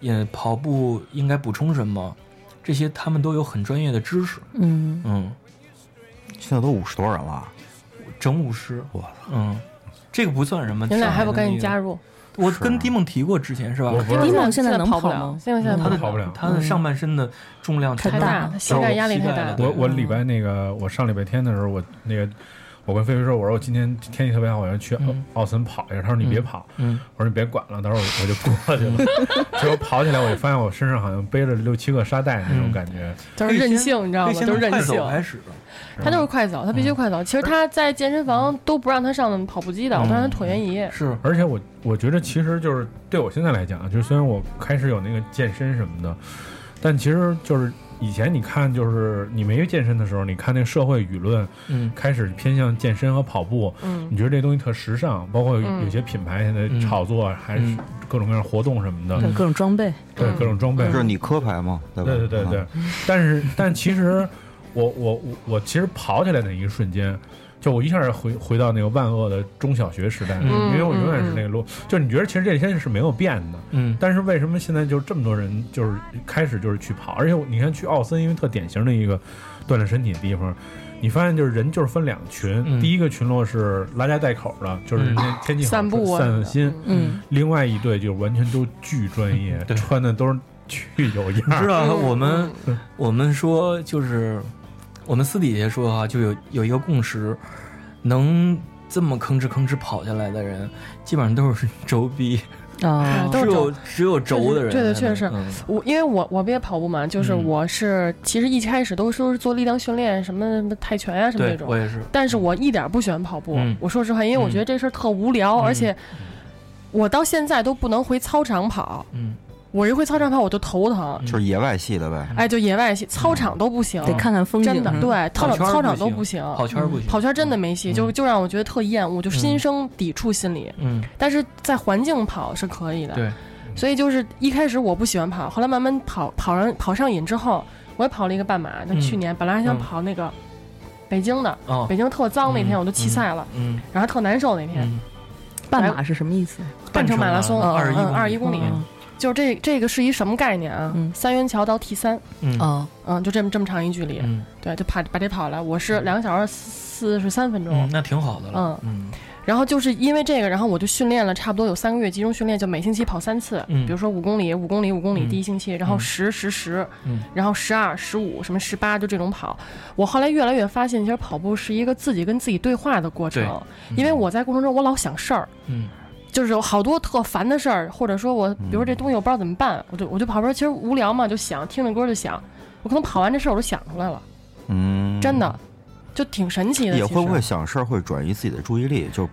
[SPEAKER 11] 也跑步应该补充什么，这些他们都有很专业的知识，
[SPEAKER 9] 嗯
[SPEAKER 11] 嗯，
[SPEAKER 8] 现在都五十多人了，
[SPEAKER 11] 整五十，
[SPEAKER 8] 我
[SPEAKER 11] 嗯，这个不算什么，
[SPEAKER 10] 你俩还
[SPEAKER 11] 上海
[SPEAKER 10] 不
[SPEAKER 11] 的
[SPEAKER 10] 赶紧
[SPEAKER 11] 那个
[SPEAKER 10] 加入？
[SPEAKER 11] 我
[SPEAKER 13] 啊
[SPEAKER 11] 跟迪梦提过之前是吧？
[SPEAKER 10] 迪梦现在能跑吗现在现在
[SPEAKER 11] 嗯他的
[SPEAKER 10] 跑不了
[SPEAKER 11] 他的上半身的重量
[SPEAKER 10] 嗯太大了膝盖压力太大了
[SPEAKER 13] 我我礼拜那个，我上礼拜天的时候，我那个，我跟菲菲说，我说我今天天气特别好，我要去奥森跑一下。她说你别跑，
[SPEAKER 11] 嗯
[SPEAKER 13] 我说你别管了，到时候我就过去了。 结果跑起来，我就发现我身上好像背着六七个沙袋那种感觉。
[SPEAKER 10] 都是任性，你知道
[SPEAKER 11] 可以
[SPEAKER 10] 吗？
[SPEAKER 11] 先从
[SPEAKER 10] 都是任
[SPEAKER 11] 快
[SPEAKER 10] 性
[SPEAKER 11] 手。开始，
[SPEAKER 10] 他
[SPEAKER 11] 嗯
[SPEAKER 10] 就是快走，他必须快走。其实他在健身房都不让他上跑步机的，我都让他椭圆仪。
[SPEAKER 11] 是，
[SPEAKER 13] 而且我我觉得其实就是对我现在来讲，就是虽然我开始有那个健身什么的，但其实就是以前你看，就是你没健身的时候，你看那个社会舆论，
[SPEAKER 11] 嗯，
[SPEAKER 13] 开始偏向健身和跑步，
[SPEAKER 11] 嗯
[SPEAKER 13] 你觉得这东西特时尚，包括有
[SPEAKER 9] 嗯
[SPEAKER 13] 有些品牌现在炒作还是各种各样活动什么的，
[SPEAKER 9] 对各种装备，
[SPEAKER 13] 对各种装备，
[SPEAKER 8] 这是你科牌吗？对吧？
[SPEAKER 13] 对对对对
[SPEAKER 8] 啊，
[SPEAKER 13] 但是但其实我我我我其实跑起来那一瞬间，就我一下回回到那个万恶的中小学时代，
[SPEAKER 11] 嗯
[SPEAKER 13] 因为我永远是那个路，就你觉得其实这些是没有变的，
[SPEAKER 11] 嗯，
[SPEAKER 13] 但是为什么现在就这么多人就是开始就是去跑，而且我你看去奥森，因为特典型的一个锻炼身体的地方。你发现就是人就是分两群，
[SPEAKER 11] 嗯
[SPEAKER 13] 第一个群落是拉家带口的，就是人家天气好
[SPEAKER 10] 散步啊
[SPEAKER 13] 散散心，
[SPEAKER 10] 嗯，
[SPEAKER 13] 另外一队就完全都巨专业，穿的都是巨有样
[SPEAKER 11] 你
[SPEAKER 13] 儿，
[SPEAKER 11] 知道
[SPEAKER 10] 嗯
[SPEAKER 11] 我们我们说就是我们私底下说哈，就有有一个共识，能这么吭哧吭哧跑下来的人，基本上都是轴逼
[SPEAKER 9] 啊
[SPEAKER 11] 只
[SPEAKER 10] 都是轴
[SPEAKER 11] 有只有轴的人才
[SPEAKER 10] 对
[SPEAKER 11] 能，
[SPEAKER 10] 的，确实
[SPEAKER 11] 嗯，
[SPEAKER 10] 我因为我我不也跑步嘛，就是
[SPEAKER 11] 嗯
[SPEAKER 10] 我是其实一开始都说是做力量训练，什么什么泰拳呀、啊什么
[SPEAKER 11] 对
[SPEAKER 10] 那种，
[SPEAKER 11] 我也是
[SPEAKER 10] 但是我一点儿不喜欢跑步
[SPEAKER 11] 嗯，
[SPEAKER 10] 我说实话，因为我觉得这事儿特无聊，而且我到现在都不能回操场跑，
[SPEAKER 11] 嗯，
[SPEAKER 10] 我一回操场跑我就头疼，
[SPEAKER 8] 嗯就是野外系的呗。
[SPEAKER 10] 哎，就野外戏，操场都不行，
[SPEAKER 8] 得看
[SPEAKER 9] 看风景
[SPEAKER 10] 真的，
[SPEAKER 9] 嗯
[SPEAKER 10] 对，操
[SPEAKER 11] 跑圈
[SPEAKER 10] 场
[SPEAKER 11] 儿
[SPEAKER 10] 操场
[SPEAKER 11] 不
[SPEAKER 10] 都
[SPEAKER 11] 行
[SPEAKER 10] 不行，
[SPEAKER 11] 跑圈儿不
[SPEAKER 10] 嗯
[SPEAKER 11] 行
[SPEAKER 10] 跑圈儿真的没戏，就就让我觉得特厌恶，就心生抵触心理。
[SPEAKER 11] 嗯，
[SPEAKER 10] 但是在环境跑是可以的，
[SPEAKER 11] 对，
[SPEAKER 10] 所以就是一开始我不喜欢跑，后来慢慢跑跑上跑上瘾之后，我也跑了一个半马，就
[SPEAKER 11] 嗯
[SPEAKER 10] 去年本来还想
[SPEAKER 11] 嗯
[SPEAKER 10] 跑那个北京的
[SPEAKER 11] 哦，
[SPEAKER 10] 北京特脏那天
[SPEAKER 11] 嗯
[SPEAKER 10] 我都弃赛了，
[SPEAKER 11] 嗯
[SPEAKER 10] 然后特难受那天
[SPEAKER 11] 嗯。啊
[SPEAKER 9] 半马是什么意思？哦
[SPEAKER 10] 半程马拉松，
[SPEAKER 9] 半程马拉松
[SPEAKER 10] 嗯，二
[SPEAKER 9] 21
[SPEAKER 10] 一公里
[SPEAKER 9] 公里，
[SPEAKER 10] 就是这这个是一什么概念啊？三元桥到 T 三，
[SPEAKER 11] 嗯
[SPEAKER 9] 哦，
[SPEAKER 10] 嗯，就这么这么长一距离，
[SPEAKER 11] 嗯
[SPEAKER 10] 对，就跑把这跑了，我是两个小时四十三分钟，
[SPEAKER 11] 嗯，那挺好的了，嗯
[SPEAKER 10] 然后就是因为这个，然后我就训练了差不多有三个月集中训练，就每星期跑三次，
[SPEAKER 11] 嗯
[SPEAKER 10] 比如说五公里、五公里、五公里，
[SPEAKER 11] 嗯
[SPEAKER 10] 第一星期，然后
[SPEAKER 11] 嗯
[SPEAKER 10] 十、十、十，
[SPEAKER 11] 嗯
[SPEAKER 10] 然后十二、十五，什么十八，就这种跑。我后来越来越发现，其实跑步是一个自己跟自己对话的过程
[SPEAKER 11] 对，
[SPEAKER 10] 因为我在过程中我老想事儿，
[SPEAKER 11] 嗯
[SPEAKER 10] 就是有好多特烦的事儿，或者说我，比如说这东西我不知道怎么办，我就我就跑步，其实无聊嘛，就想听着歌就想，我可能跑完这事儿我就想出来了，
[SPEAKER 8] 嗯，
[SPEAKER 10] 真的，就挺神奇的。
[SPEAKER 8] 也
[SPEAKER 10] 其
[SPEAKER 8] 会不
[SPEAKER 10] 实
[SPEAKER 8] 会想事儿会转移自己的注意力，就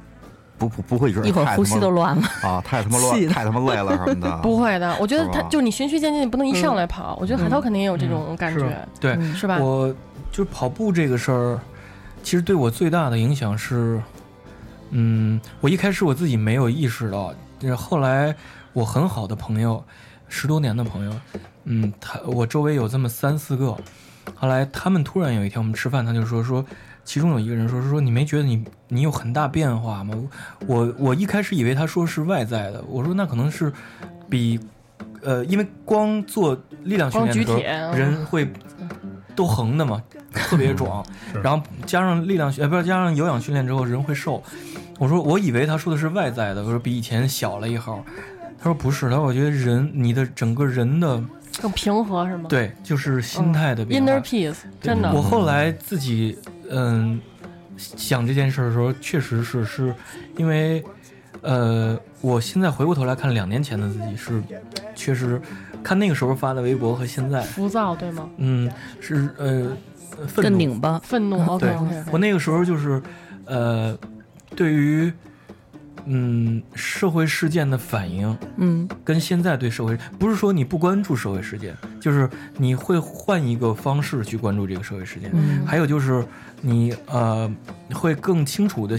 [SPEAKER 8] 不不不会一直
[SPEAKER 11] 嗯
[SPEAKER 10] 一会儿
[SPEAKER 8] 太
[SPEAKER 10] 呼
[SPEAKER 8] 他妈
[SPEAKER 10] 吸都乱了
[SPEAKER 8] 啊，太他妈
[SPEAKER 10] 气
[SPEAKER 8] 乱，
[SPEAKER 10] 的。
[SPEAKER 8] 太他妈累了什么 的啊
[SPEAKER 10] 不会的，我觉得
[SPEAKER 8] 是吧
[SPEAKER 10] 他就你循序渐进，你不能一上来跑。我觉得海涛肯定也有这种感觉，
[SPEAKER 11] 对，
[SPEAKER 9] 嗯
[SPEAKER 10] 是吧？
[SPEAKER 11] 嗯我就跑步这个事儿，其实对我最大的影响是，嗯，我一开始我自己没有意识到，就是后来我很好的朋友，十多年的朋友，嗯，他我周围有这么三四个，后来他们突然有一天我们吃饭，他就说说。其中有一个人说说你没觉得你你有很大变化吗？我我一开始以为他说是外在的，我说那可能是比呃，因为光做力量训练的时候
[SPEAKER 10] 光举铁啊，
[SPEAKER 11] 人会都横的嘛，特别壮。然后加上力量训，呃，不是加上有氧训练之后，人会瘦。我说我以为他说的是外在的，我说比以前小了一号。他说不是，他说我觉得人你的整个人的
[SPEAKER 10] 更平和是吗？
[SPEAKER 11] 对，就是心态的变化。
[SPEAKER 10] 嗯，inner peace，
[SPEAKER 11] 对
[SPEAKER 10] 真的。
[SPEAKER 11] 我后来自己嗯想这件事儿的时候，确实是是因为呃，我现在回过头来看两年前的自己是，确实看那个时候发的微博和现在，
[SPEAKER 10] 浮躁对吗？
[SPEAKER 11] 嗯，是呃愤怒
[SPEAKER 9] 更拧巴，
[SPEAKER 10] 愤怒。OK
[SPEAKER 11] 嗯对
[SPEAKER 10] OK，
[SPEAKER 11] 我那个时候就是，呃，对于嗯社会事件的反应，
[SPEAKER 9] 嗯，
[SPEAKER 11] 跟现在对社会不是说你不关注社会事件，就是你会换一个方式去关注这个社会事件。
[SPEAKER 9] 嗯
[SPEAKER 11] 还有就是你呃会更清楚的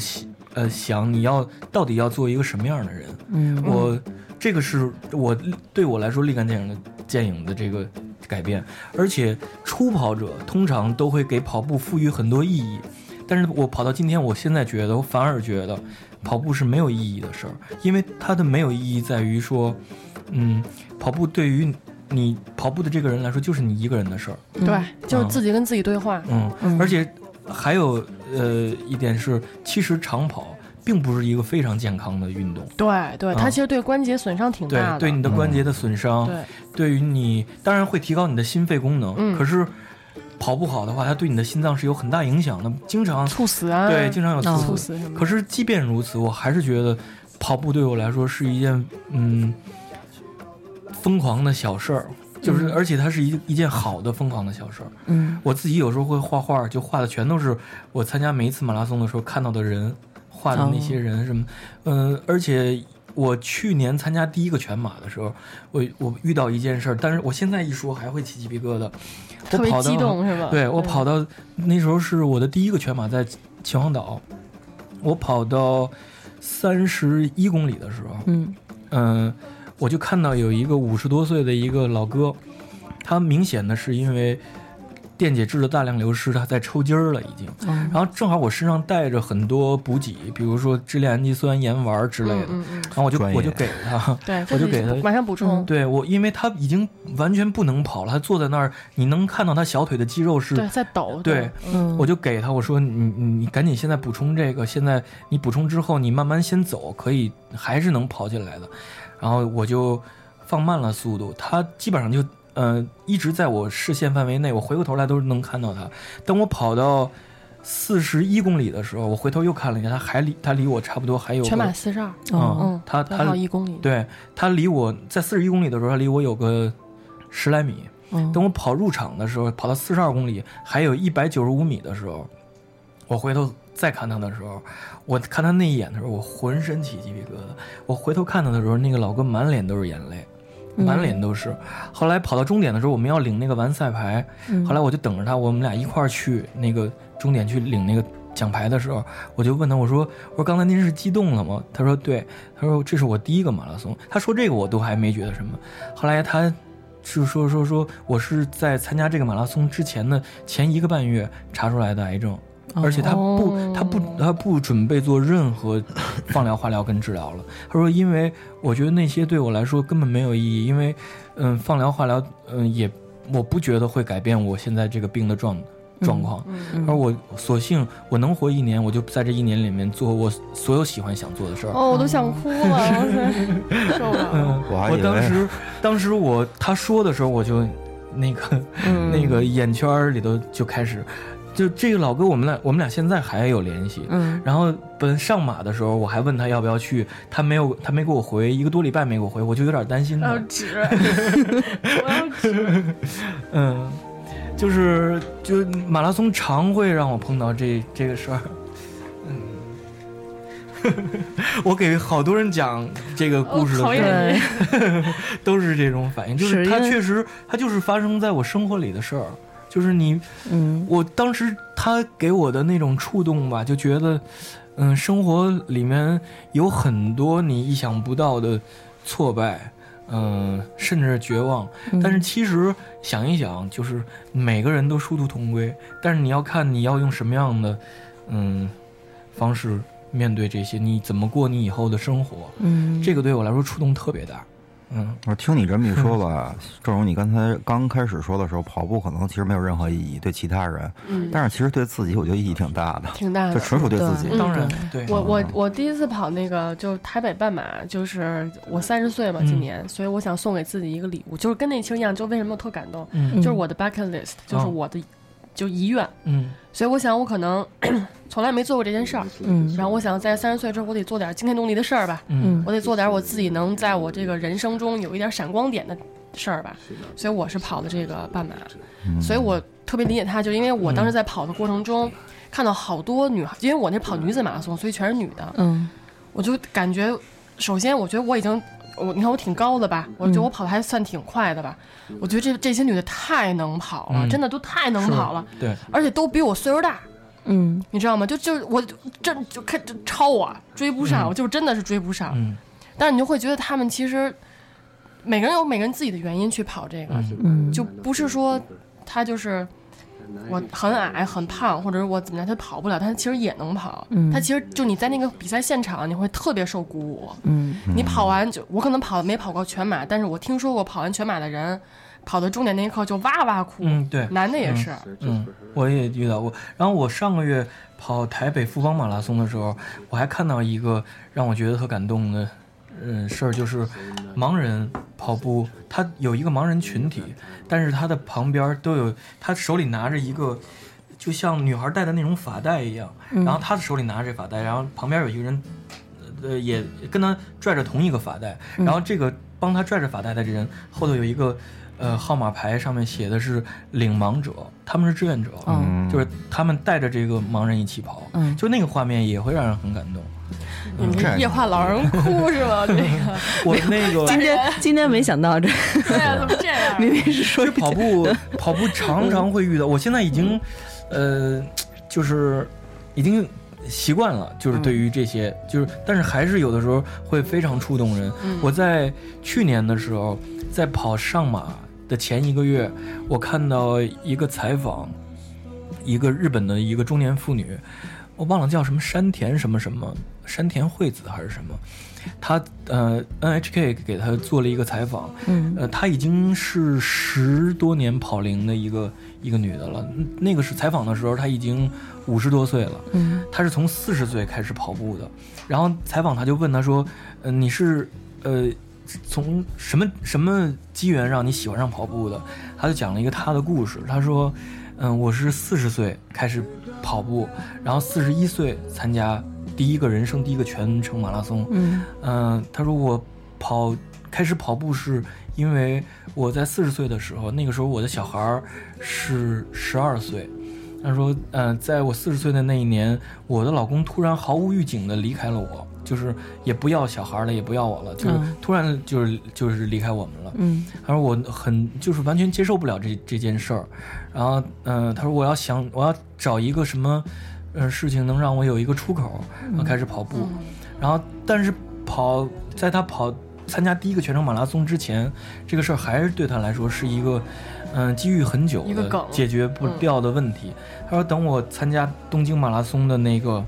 [SPEAKER 11] 呃想你要到底要做一个什么样的人。
[SPEAKER 9] 嗯
[SPEAKER 11] 我这个是我对我来说立竿见影的见影的这个改变，而且初跑者通常都会给跑步赋予很多意义，但是我跑到今天，我现在觉得，我反而觉得跑步是没有意义的事儿，因为它的没有意义在于说，嗯，跑步对于你跑步的这个人来说，就是你一个人的事儿，
[SPEAKER 10] 对，嗯就是自己跟自己对话。
[SPEAKER 11] 嗯，而且还有呃一点是，其实长跑并不是一个非常健康的运动。
[SPEAKER 10] 对对，它其实对关节损伤挺
[SPEAKER 11] 对
[SPEAKER 10] 大
[SPEAKER 11] 嗯
[SPEAKER 10] 的。嗯
[SPEAKER 11] 对你的关节的损伤，
[SPEAKER 10] 对
[SPEAKER 11] 对于你当然会提高你的心肺功能，
[SPEAKER 10] 嗯
[SPEAKER 11] 可是跑不好的话，它对你的心脏是有很大影响的，经常
[SPEAKER 10] 猝死啊
[SPEAKER 11] 对，经常有
[SPEAKER 10] 哦猝
[SPEAKER 11] 猝
[SPEAKER 10] 死什么的
[SPEAKER 11] 可是即便如此，我还是觉得跑步对我来说是一件嗯疯狂的小事儿。就是，
[SPEAKER 9] 嗯
[SPEAKER 11] 而且它是一一件好的疯狂的小事儿。
[SPEAKER 9] 嗯
[SPEAKER 11] 我自己有时候会画画，就画的全都是我参加每一次马拉松的时候看到的人，画的那些
[SPEAKER 10] 哦
[SPEAKER 11] 人什么，嗯、而且我去年参加第一个全马的时候，我我遇到一件事儿，但是我现在一说还会起鸡皮疙瘩，我
[SPEAKER 10] 特别
[SPEAKER 11] 跑到
[SPEAKER 10] 激动是吧
[SPEAKER 11] 对我
[SPEAKER 10] 嗯
[SPEAKER 11] 跑到那时候是我的第一个全马在秦皇岛，我跑到三十一公里的时候，
[SPEAKER 9] 嗯
[SPEAKER 11] 嗯，我就看到有一个五十多岁的一个老哥，他明显的是因为电解质的大量流失，他在抽筋儿了已经。
[SPEAKER 9] 嗯
[SPEAKER 11] 然后正好我身上带着很多补给，比如说支链氨基酸、盐丸之类的，
[SPEAKER 10] 嗯嗯嗯
[SPEAKER 11] 然后我就
[SPEAKER 8] 专业
[SPEAKER 11] 我就给他，
[SPEAKER 10] 对
[SPEAKER 11] 我就给他嗯
[SPEAKER 10] 马上补充
[SPEAKER 11] 对我，因为他已经完全不能跑了，他坐在那儿，你能看到他小腿的肌肉是
[SPEAKER 10] 对在抖。
[SPEAKER 11] 对，
[SPEAKER 9] 嗯
[SPEAKER 11] 我就给他我说你你你赶紧现在补充这个，现在你补充之后你慢慢先走，可以还是能跑起来的。然后我就放慢了速度，他基本上就呃一直在我视线范围内，我回过头来都是能看到他。当我跑到四十一公里的时候，我回头又看了一下，他还离他离我差不多还有
[SPEAKER 10] 全马
[SPEAKER 11] 个
[SPEAKER 10] 四十二。
[SPEAKER 11] 嗯
[SPEAKER 10] 嗯，，
[SPEAKER 11] 他
[SPEAKER 10] 还
[SPEAKER 11] 他
[SPEAKER 10] 有一公里。
[SPEAKER 11] 对他离我在四十一公里的时候，他离我有个十来米。
[SPEAKER 12] 哦
[SPEAKER 9] 嗯
[SPEAKER 11] 等我跑入场的时候，跑到四十二公里，还有一百九十五米的时候，我回头再看他的时候，我看他那一眼的时候，我浑身起鸡皮疙瘩。我回头看他的时候，那个老哥满脸都是眼泪，
[SPEAKER 12] 嗯
[SPEAKER 11] 满脸都是。后来跑到终点的时候，我们要领那个完赛牌，
[SPEAKER 12] 嗯
[SPEAKER 11] 后来我就等着他，我们俩一块儿去那个终点去领那个奖牌的时候，我就问他，我说我说刚才您是激动了吗？他说对，他说这是我第一个马拉松。他说这个我都还没觉得什么。后来他是说说说我是在参加这个马拉松之前的前一个半月查出来的癌症，
[SPEAKER 12] 哦
[SPEAKER 11] 而且他不他不他不准备做任何放疗、化疗跟治疗了。他说，因为我觉得那些对我来说根本没有意义，因为嗯，放疗、化疗，嗯，也我不觉得会改变我现在这个病的状
[SPEAKER 12] 嗯
[SPEAKER 11] 状况。而我索性我能活一年，我就在这一年里面做我所有喜欢想做的事儿。
[SPEAKER 10] 哦，我都想哭了， 我操，受不了。
[SPEAKER 11] 嗯，
[SPEAKER 8] 我还
[SPEAKER 11] 我
[SPEAKER 8] 以
[SPEAKER 11] 当
[SPEAKER 8] 为
[SPEAKER 11] 时，当时我他说的时候，我就那个、
[SPEAKER 8] 嗯
[SPEAKER 11] 那个眼圈儿里头就开始，就这个老哥，我们俩我们俩现在还有联系。
[SPEAKER 9] 嗯
[SPEAKER 11] 然后本上马的时候，我还问他要不要去，他没有，他没给我回，一个多礼拜没给我回，我就有点担心他。
[SPEAKER 10] 要 纸，我要纸。
[SPEAKER 11] 嗯，就是就马拉松常会让我碰到这这个事儿。嗯， 我给好多人讲这个故事的时
[SPEAKER 10] 哦讨厌
[SPEAKER 11] 候，都是这种反应，就是
[SPEAKER 10] 是
[SPEAKER 11] 它
[SPEAKER 10] 因为
[SPEAKER 11] 确实，它就是发生在我生活里的事儿。就是你，
[SPEAKER 9] 嗯，
[SPEAKER 11] 我当时他给我的那种触动吧，就觉得，嗯，生活里面有很多你意想不到的挫败，嗯、甚至是绝望。
[SPEAKER 12] 嗯
[SPEAKER 11] 但是其实想一想，就是每个人都殊途同归，但是你要看你要用什么样的，嗯，方式面对这些，你怎么过你以后的生活，
[SPEAKER 9] 嗯
[SPEAKER 11] 这个对我来说触动特别大。嗯，
[SPEAKER 8] 我听你这么一说吧，正如你刚才刚开始说的时候，跑步可能其实没有任何意义，对其他人，
[SPEAKER 10] 嗯
[SPEAKER 8] 但是其实对自己，我觉得意义挺大的，
[SPEAKER 10] 挺大的
[SPEAKER 8] 就纯属对自己。
[SPEAKER 10] 对当
[SPEAKER 11] 然嗯对
[SPEAKER 10] 我我我第一次跑那个就是台北半马，就是我三十岁嘛，今
[SPEAKER 11] 嗯
[SPEAKER 10] 年，所以我想送给自己一个礼物，就是跟那期一样，就为什么我特感动，
[SPEAKER 11] 嗯
[SPEAKER 10] 就是我的 bucket list，就是我的、就遗愿，
[SPEAKER 11] 嗯
[SPEAKER 10] 所以我想我可能 从来没做过这件事儿，
[SPEAKER 9] 嗯
[SPEAKER 10] 然后我想在三十岁之后，我得做点惊天动地的事儿吧，
[SPEAKER 9] 嗯
[SPEAKER 10] 我得做点我自己能在我这个人生中有一点闪光点的事儿吧，所以我是跑的这个半马，
[SPEAKER 8] 嗯
[SPEAKER 10] 所以我特别理解他，就因为我
[SPEAKER 11] 嗯
[SPEAKER 10] 当时在跑的过程中。看到好多女孩，因为我那跑女子马拉松，所以全是女的。
[SPEAKER 9] 嗯，
[SPEAKER 10] 我就感觉，首先我觉得我已经，我你看我挺高的吧，我觉
[SPEAKER 11] 嗯
[SPEAKER 10] 得我跑的还算挺快的吧，我觉得这这些女的太能跑了，
[SPEAKER 11] 嗯
[SPEAKER 10] 真的都太能
[SPEAKER 11] 是
[SPEAKER 10] 跑了，
[SPEAKER 11] 对，
[SPEAKER 10] 而且都比我岁数大，
[SPEAKER 9] 嗯
[SPEAKER 10] 你知道吗？就就我这就看就超我追不上，
[SPEAKER 11] 嗯
[SPEAKER 10] 我就真的是追不上。
[SPEAKER 11] 嗯
[SPEAKER 10] 但是你就会觉得他们其实每个人有每个人自己的原因去跑这个，
[SPEAKER 9] 嗯
[SPEAKER 10] 就不是说他就是我很矮很胖，或者是我怎么样，他跑不了，但他其实也能跑。
[SPEAKER 9] 嗯
[SPEAKER 10] 他其实就你在那个比赛现场，你会特别受鼓舞。
[SPEAKER 9] 嗯
[SPEAKER 10] 你跑完就我可能跑没跑过全马，但是我听说过跑完全马的人，跑到终点那一刻就哇哇哭。
[SPEAKER 11] 嗯，对，
[SPEAKER 10] 男的也是。
[SPEAKER 11] 嗯，嗯我也遇到过。然后我上个月跑台北富邦马拉松的时候，我还看到一个让我觉得特感动的，嗯，事儿就是盲人跑步，他有一个盲人群体，但是他的旁边都有，他手里拿着一个。就像女孩戴的那种发带一样，
[SPEAKER 12] 嗯
[SPEAKER 11] 然后他的手里拿着这发带，然后旁边有一个人呃，也跟他拽着同一个发带，
[SPEAKER 12] 嗯
[SPEAKER 11] 然后这个帮他拽着发带的这人后头有一个呃号码牌，上面写的是领盲者，他们是志愿者，
[SPEAKER 9] 嗯
[SPEAKER 11] 就是他们带着这个盲人一起跑，
[SPEAKER 9] 嗯
[SPEAKER 11] 就那个画面也会让人很感动。
[SPEAKER 10] 你们嗯这夜话老人哭是吗？这个
[SPEAKER 11] 我那个
[SPEAKER 9] 今天今天没想到这，
[SPEAKER 10] 对啊，怎么这样？
[SPEAKER 9] 明明是说
[SPEAKER 11] 跑步跑步常常会遇到，我现在已经呃就是已经。习惯了，就是对于这些，就是，但是还是有的时候会非常触动人。
[SPEAKER 12] 嗯
[SPEAKER 11] 我在去年的时候，在跑上马的前一个月，我看到一个采访，一个日本的一个中年妇女，我忘了叫什么山田什么什么山田惠子还是什么，她呃 NHK 给她做了一个采访，
[SPEAKER 12] 嗯
[SPEAKER 11] 呃，她已经是十多年跑龄的一个一个女的了，嗯那个是采访的时候她已经五十多岁了，
[SPEAKER 9] 嗯
[SPEAKER 11] 她是从四十岁开始跑步的，然后采访她就问她说，呃，你是呃。从什么什么机缘让你喜欢上跑步的？她就讲了一个她的故事。她说，嗯，我是四十岁开始跑步，然后四十一岁参加第一个人生第一个全程马拉松。
[SPEAKER 12] 嗯
[SPEAKER 11] 嗯，他说我跑开始跑步是因为我在四十岁的时候，那个时候我的小孩儿是十二岁，他说，呃，在我四十岁的那一年，我的老公突然毫无预警的离开了我，就是也不要小孩了，也不要我了，就是
[SPEAKER 9] 嗯
[SPEAKER 11] 突然就是就是离开我们了。
[SPEAKER 9] 嗯，
[SPEAKER 11] 他说我很就是完全接受不了这这件事儿，然后呃，他说我要想我要找一个什么，呃，事情能让我有一个出口，然后
[SPEAKER 12] 嗯
[SPEAKER 11] 开始跑步，然后但是跑在他跑参加第一个全程马拉松之前，这个事儿还是对他来说是一个嗯、呃积郁很久
[SPEAKER 10] 一个梗嗯
[SPEAKER 11] 的解决不掉的问题。他说等我参加东京马拉松的那个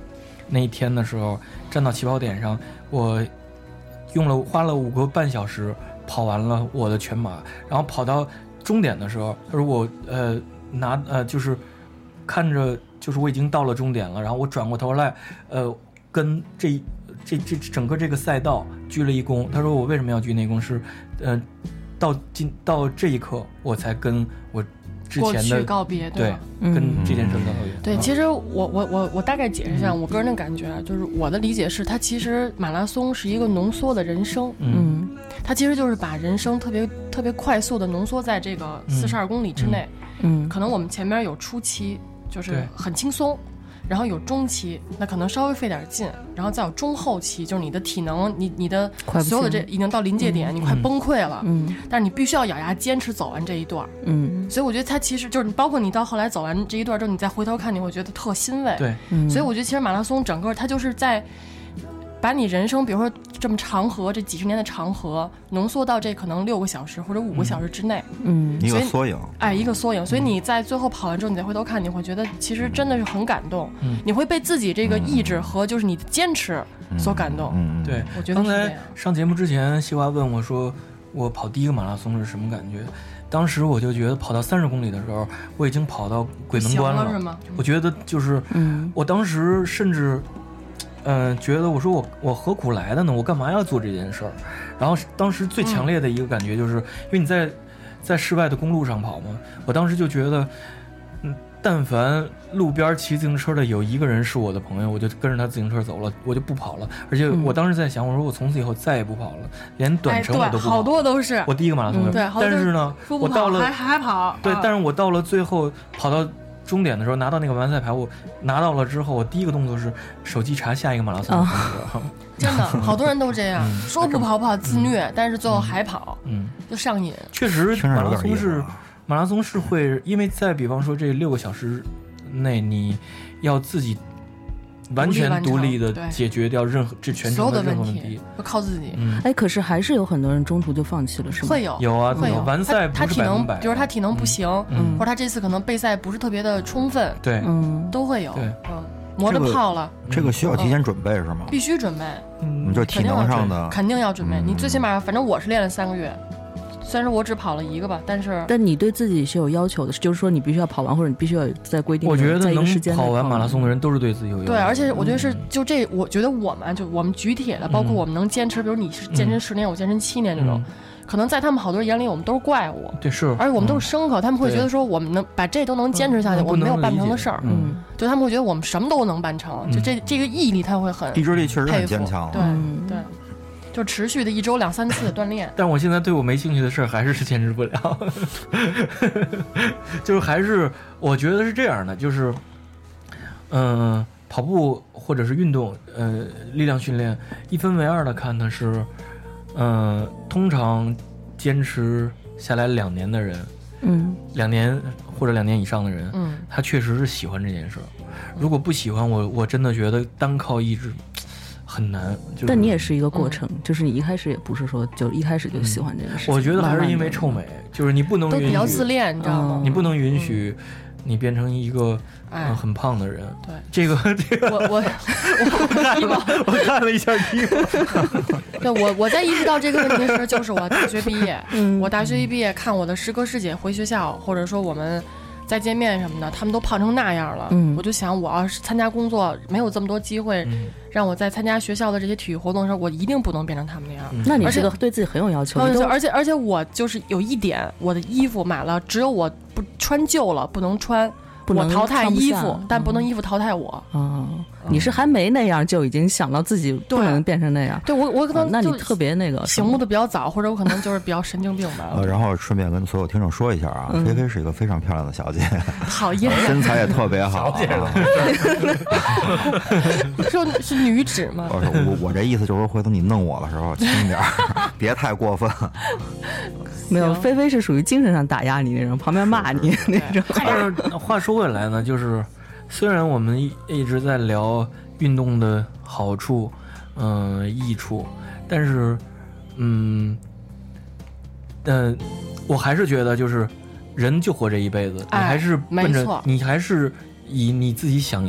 [SPEAKER 11] 那一天的时候，站到起跑点上，我用了花了五个半小时跑完了我的全马，然后跑到终点的时候，他说我呃拿呃就是看着就是我已经到了终点了，然后我转过头来，呃，跟这这这整个这个赛道鞠了一躬。他说我为什么要鞠那躬是，呃，到今到这一刻我才跟我之
[SPEAKER 10] 过
[SPEAKER 11] 前
[SPEAKER 10] 去
[SPEAKER 11] 的
[SPEAKER 10] 告别对
[SPEAKER 11] 对
[SPEAKER 10] 吧，
[SPEAKER 11] 跟这件事告别。
[SPEAKER 9] 嗯
[SPEAKER 10] 对，其实我我我我大概解释一下我个人的感觉，啊，就是我的理解是，它其实马拉松是一个浓缩的人生，
[SPEAKER 11] 嗯，
[SPEAKER 10] 它其实就是把人生特别特别快速的浓缩在这个四十二公里之内，
[SPEAKER 9] 嗯嗯嗯
[SPEAKER 10] 可能我们前面有初期，就是
[SPEAKER 9] 对
[SPEAKER 10] 很轻松。然后有中期，那可能稍微费点劲，然后再有中后期，就是你的体能，你你的
[SPEAKER 9] 快不
[SPEAKER 10] 所有的这
[SPEAKER 9] 行
[SPEAKER 10] 已经到临界点，
[SPEAKER 9] 嗯
[SPEAKER 10] 你快崩溃了，
[SPEAKER 9] 嗯
[SPEAKER 10] 但是你必须要咬牙坚持走完这一段儿，
[SPEAKER 9] 嗯
[SPEAKER 10] 所以我觉得他其实就是你，包括你到后来走完这一段之后，你再回头看，你会觉得特欣慰。
[SPEAKER 9] 对嗯
[SPEAKER 10] 所以我觉得其实马拉松整个它就是在把你人生，比如说这么长河，这几十年的长河，浓缩到这可能六个小时或者五个小时之内。
[SPEAKER 9] 嗯
[SPEAKER 10] 所以
[SPEAKER 8] 一个缩影
[SPEAKER 10] 哎，一个缩影。所以你在最后跑完之后，你再回头看，你会觉得其实真的是很感动，
[SPEAKER 11] 嗯
[SPEAKER 10] 你会被自己这个意志和就是你的坚持所
[SPEAKER 8] 嗯
[SPEAKER 10] 感动。
[SPEAKER 11] 对，
[SPEAKER 10] 我觉得
[SPEAKER 11] 嗯刚
[SPEAKER 10] 是这
[SPEAKER 11] 才
[SPEAKER 10] 样。
[SPEAKER 11] 上节目之前，西瓜问我说，我跑第一个马拉松是什么感觉？当时我就觉得跑到三十公里的时候，我已经跑到鬼门关
[SPEAKER 10] 不行了是吗
[SPEAKER 11] 我觉得就是，
[SPEAKER 9] 嗯
[SPEAKER 11] 我当时甚至，嗯、觉得我说我我何苦来的呢？我干嘛要做这件事儿？然后当时最强烈的一个感觉就是，因为你在在室外的公路上跑嘛，我当时就觉得，嗯，但凡路边骑自行车的有一个人是我的朋友，我就跟着他自行车走了，我就不跑了。而且我当时在想，我说我从此以后再也不跑了，连短程我
[SPEAKER 10] 嗯哎，
[SPEAKER 11] 都
[SPEAKER 10] 对，
[SPEAKER 11] 不跑。
[SPEAKER 10] 好多都是
[SPEAKER 11] 我第一个马拉松
[SPEAKER 10] 嗯对，好多
[SPEAKER 11] 但
[SPEAKER 10] 都
[SPEAKER 11] 是呢，
[SPEAKER 10] 说不
[SPEAKER 11] 我
[SPEAKER 10] 跑
[SPEAKER 11] 到了
[SPEAKER 10] 还还跑，
[SPEAKER 11] 对
[SPEAKER 10] 啊，
[SPEAKER 11] 但是我到了最后跑到终点的时候，拿到那个完赛牌，我拿到了之后，我第一个动作是手机查下一个马拉松
[SPEAKER 10] 哦
[SPEAKER 11] 的成绩。
[SPEAKER 10] 真的， 好多人都这样，说不跑跑自虐，但是最后还跑，
[SPEAKER 11] 嗯，
[SPEAKER 10] 就上瘾。
[SPEAKER 11] 确实，
[SPEAKER 8] 听着
[SPEAKER 11] 马
[SPEAKER 8] 有
[SPEAKER 11] 拉
[SPEAKER 8] 点
[SPEAKER 11] 松
[SPEAKER 8] 意思啊
[SPEAKER 11] 是马拉松是会，因为在比方说这六个小时内，你要自己完全独
[SPEAKER 10] 独立完成
[SPEAKER 11] 立的
[SPEAKER 10] 对
[SPEAKER 11] 解决掉任何这全
[SPEAKER 10] 所有
[SPEAKER 11] 程
[SPEAKER 10] 的
[SPEAKER 11] 任何
[SPEAKER 10] 问
[SPEAKER 11] 题。
[SPEAKER 10] 就靠自己。
[SPEAKER 11] 嗯
[SPEAKER 9] 哎，可是还是有很多人中途就放弃了，是吗？
[SPEAKER 10] 会有
[SPEAKER 11] 有啊
[SPEAKER 10] 会
[SPEAKER 11] 有
[SPEAKER 10] 有
[SPEAKER 11] 完赛
[SPEAKER 10] 他他
[SPEAKER 11] 不是
[SPEAKER 10] 体
[SPEAKER 11] 百
[SPEAKER 10] 能
[SPEAKER 11] 分百，
[SPEAKER 10] 比如他体能不行，
[SPEAKER 11] 嗯
[SPEAKER 10] 或者他这次可能备赛不是特别的充分，
[SPEAKER 11] 对
[SPEAKER 9] 嗯
[SPEAKER 10] 都会有，
[SPEAKER 8] 对
[SPEAKER 10] 嗯，磨着泡了，
[SPEAKER 8] 这个需要提前准备是吗
[SPEAKER 10] 嗯，？必须准备，
[SPEAKER 8] 嗯就是体能上的
[SPEAKER 10] 肯定要准备，
[SPEAKER 11] 嗯
[SPEAKER 10] 你最起码反正我是练了三个月，虽然说我只跑了一个吧，但是
[SPEAKER 9] 但你对自己是有要求的，就是说你必须要跑完，或者你必须要有在规定的
[SPEAKER 11] 我觉得
[SPEAKER 9] 在一个
[SPEAKER 11] 能
[SPEAKER 9] 时间内
[SPEAKER 11] 跑完马拉松的人都是对自己嗯有要求。
[SPEAKER 10] 对，而且我觉得是就这，我觉得我们啊就我们举铁的，
[SPEAKER 11] 嗯
[SPEAKER 10] 包括我们能坚持，比如你是健身十年，我健身七年这种，
[SPEAKER 11] 嗯
[SPEAKER 10] 可能在他们好多人眼里，我们都是怪物，
[SPEAKER 11] 对是
[SPEAKER 10] 而且我们都是牲口，他们会觉得
[SPEAKER 11] 嗯对
[SPEAKER 10] 说我们能把这都能坚持下去，
[SPEAKER 11] 嗯
[SPEAKER 10] 我们没有
[SPEAKER 11] 不能
[SPEAKER 10] 办不成
[SPEAKER 11] 理
[SPEAKER 10] 的
[SPEAKER 11] 解
[SPEAKER 10] 事儿，
[SPEAKER 11] 嗯，，
[SPEAKER 10] 就他们会觉得我们什么都能办成，就这这个毅力他会很
[SPEAKER 8] 意志力确实很
[SPEAKER 10] 佩服
[SPEAKER 8] 坚强了
[SPEAKER 9] 嗯
[SPEAKER 8] 啊
[SPEAKER 10] 对对，就持续的一周两三次的锻炼
[SPEAKER 11] 但我现在对我没兴趣的事儿还是坚持不了， 就是还是我觉得是这样的，就是，嗯、跑步或者是运动，呃，力量训练一分为二的看呢是，嗯、通常坚持下来两年的人，
[SPEAKER 9] 嗯
[SPEAKER 11] 两年或者两年以上的人，
[SPEAKER 9] 嗯
[SPEAKER 11] 他确实是喜欢这件事儿。如果不喜欢我，我真的觉得单靠意志很难。就是、
[SPEAKER 9] 但你也是一个过程，就是你一开始也不是说就一开始就喜欢这个事情，
[SPEAKER 11] 嗯我
[SPEAKER 10] 嗯
[SPEAKER 11] 觉得还
[SPEAKER 9] 慢慢
[SPEAKER 11] 是因
[SPEAKER 9] 地
[SPEAKER 11] 为臭美，就是你不能
[SPEAKER 10] 都比
[SPEAKER 11] 允
[SPEAKER 10] 较
[SPEAKER 11] 许
[SPEAKER 10] 自恋你知道吗
[SPEAKER 11] 你不能允许你变成一个
[SPEAKER 10] 嗯哎
[SPEAKER 11] 呃很胖的人。
[SPEAKER 10] 对，
[SPEAKER 11] 这个这个
[SPEAKER 10] 我我我
[SPEAKER 11] 看了， 我看了一下衣服。
[SPEAKER 10] 对我，我在意识到这个问题的时候，就是我大学毕业，
[SPEAKER 9] 嗯
[SPEAKER 10] 我大学一毕业，看我的师哥师姐回学校，或者说我们再见面什么的，他们都胖成那样了，
[SPEAKER 9] 嗯
[SPEAKER 10] 我就想，我要是参加工作，没有这么多机会，
[SPEAKER 11] 嗯
[SPEAKER 10] 让我在参加学校的这些体育活动的时候，我一定不能变成他们那样。
[SPEAKER 11] 嗯
[SPEAKER 9] 那你
[SPEAKER 10] 而
[SPEAKER 9] 是
[SPEAKER 10] 且
[SPEAKER 9] 个对自己很有要求，
[SPEAKER 10] 很有
[SPEAKER 9] 你
[SPEAKER 10] 意思
[SPEAKER 9] 都
[SPEAKER 10] 而且而且我就是有一点，我的衣服买了，只有我不穿旧了不能穿，
[SPEAKER 9] 不能
[SPEAKER 10] 我淘汰
[SPEAKER 9] 穿不
[SPEAKER 10] 衣
[SPEAKER 9] 下
[SPEAKER 10] 嗯服，但不能衣服淘汰我。
[SPEAKER 11] 嗯
[SPEAKER 9] 哦，你是还没那样就已经想到自己不能变成那样。
[SPEAKER 10] 对我，我可能
[SPEAKER 9] 啊那你
[SPEAKER 10] 就
[SPEAKER 9] 特别那个什
[SPEAKER 10] 醒
[SPEAKER 9] 么
[SPEAKER 10] 悟的比较早，或者我可能就是比较神经病吧。
[SPEAKER 11] 哦
[SPEAKER 8] 呃，然后顺便跟所有听众说一下啊，
[SPEAKER 10] 嗯
[SPEAKER 8] 菲菲是一个非常漂亮的小姐，
[SPEAKER 10] 讨厌，
[SPEAKER 8] 身材也特别好啊。
[SPEAKER 10] 说是女子 吗？
[SPEAKER 8] 我说我我这意思就是说，回头你弄我的时候轻点儿， 别太过分。
[SPEAKER 11] 啊
[SPEAKER 9] 没有，菲菲是属于精神上打压你那种，旁边骂你那种。
[SPEAKER 11] 但是话说回来呢，就是虽然我们一一直在聊运动的好处，嗯、益处，但是，嗯，嗯、我还是觉得就是人就活这一辈子，你
[SPEAKER 10] 哎
[SPEAKER 11] 还是奔
[SPEAKER 10] 没
[SPEAKER 11] 着
[SPEAKER 10] 错
[SPEAKER 11] 你还是以你自己想，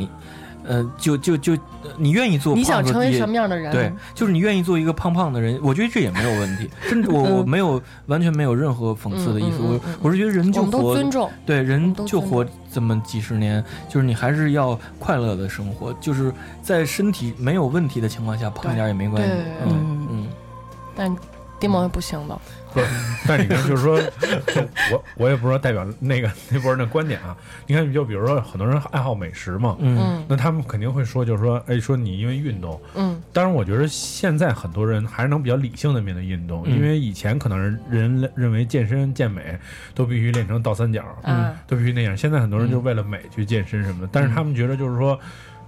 [SPEAKER 11] 呃，就就就呃你愿意做
[SPEAKER 10] 你想
[SPEAKER 11] 胖子
[SPEAKER 10] 成为
[SPEAKER 11] 也
[SPEAKER 10] 什么样的人
[SPEAKER 11] 对，就是你愿意做一个胖胖的人，我觉得这也没有问题。真的，我我
[SPEAKER 10] 嗯
[SPEAKER 11] 没有完全没有任何讽刺的意思，
[SPEAKER 10] 嗯嗯嗯
[SPEAKER 11] 我
[SPEAKER 10] 嗯
[SPEAKER 11] 我是觉得人就
[SPEAKER 10] 我
[SPEAKER 11] 活
[SPEAKER 10] 们都尊重
[SPEAKER 11] 对，
[SPEAKER 10] 我
[SPEAKER 11] 人
[SPEAKER 10] 们都
[SPEAKER 11] 就
[SPEAKER 10] 尊
[SPEAKER 11] 活这么几十年，就是你还是要快乐的生活，就是在身体没有问题的情况下，胖点儿也没关系
[SPEAKER 10] 对对对。
[SPEAKER 11] 嗯嗯，
[SPEAKER 10] 但丁萌不行的，
[SPEAKER 13] 不是，但你看，就是说，我我也不知道代表那个那波人的观点啊。你看，就比如说很多人爱好美食嘛，
[SPEAKER 11] 嗯
[SPEAKER 13] 那他们肯定会说，就是说，哎，说你因为运动，
[SPEAKER 10] 嗯，
[SPEAKER 13] 当然，我觉得现在很多人还是能比较理性的面对运动，
[SPEAKER 11] 嗯
[SPEAKER 13] 因为以前可能人认为健身健美都必须练成倒三角，
[SPEAKER 10] 啊
[SPEAKER 11] 嗯，
[SPEAKER 13] 都必须那样。现在很多人就为了美去健身什么的，但是他们觉得就是说，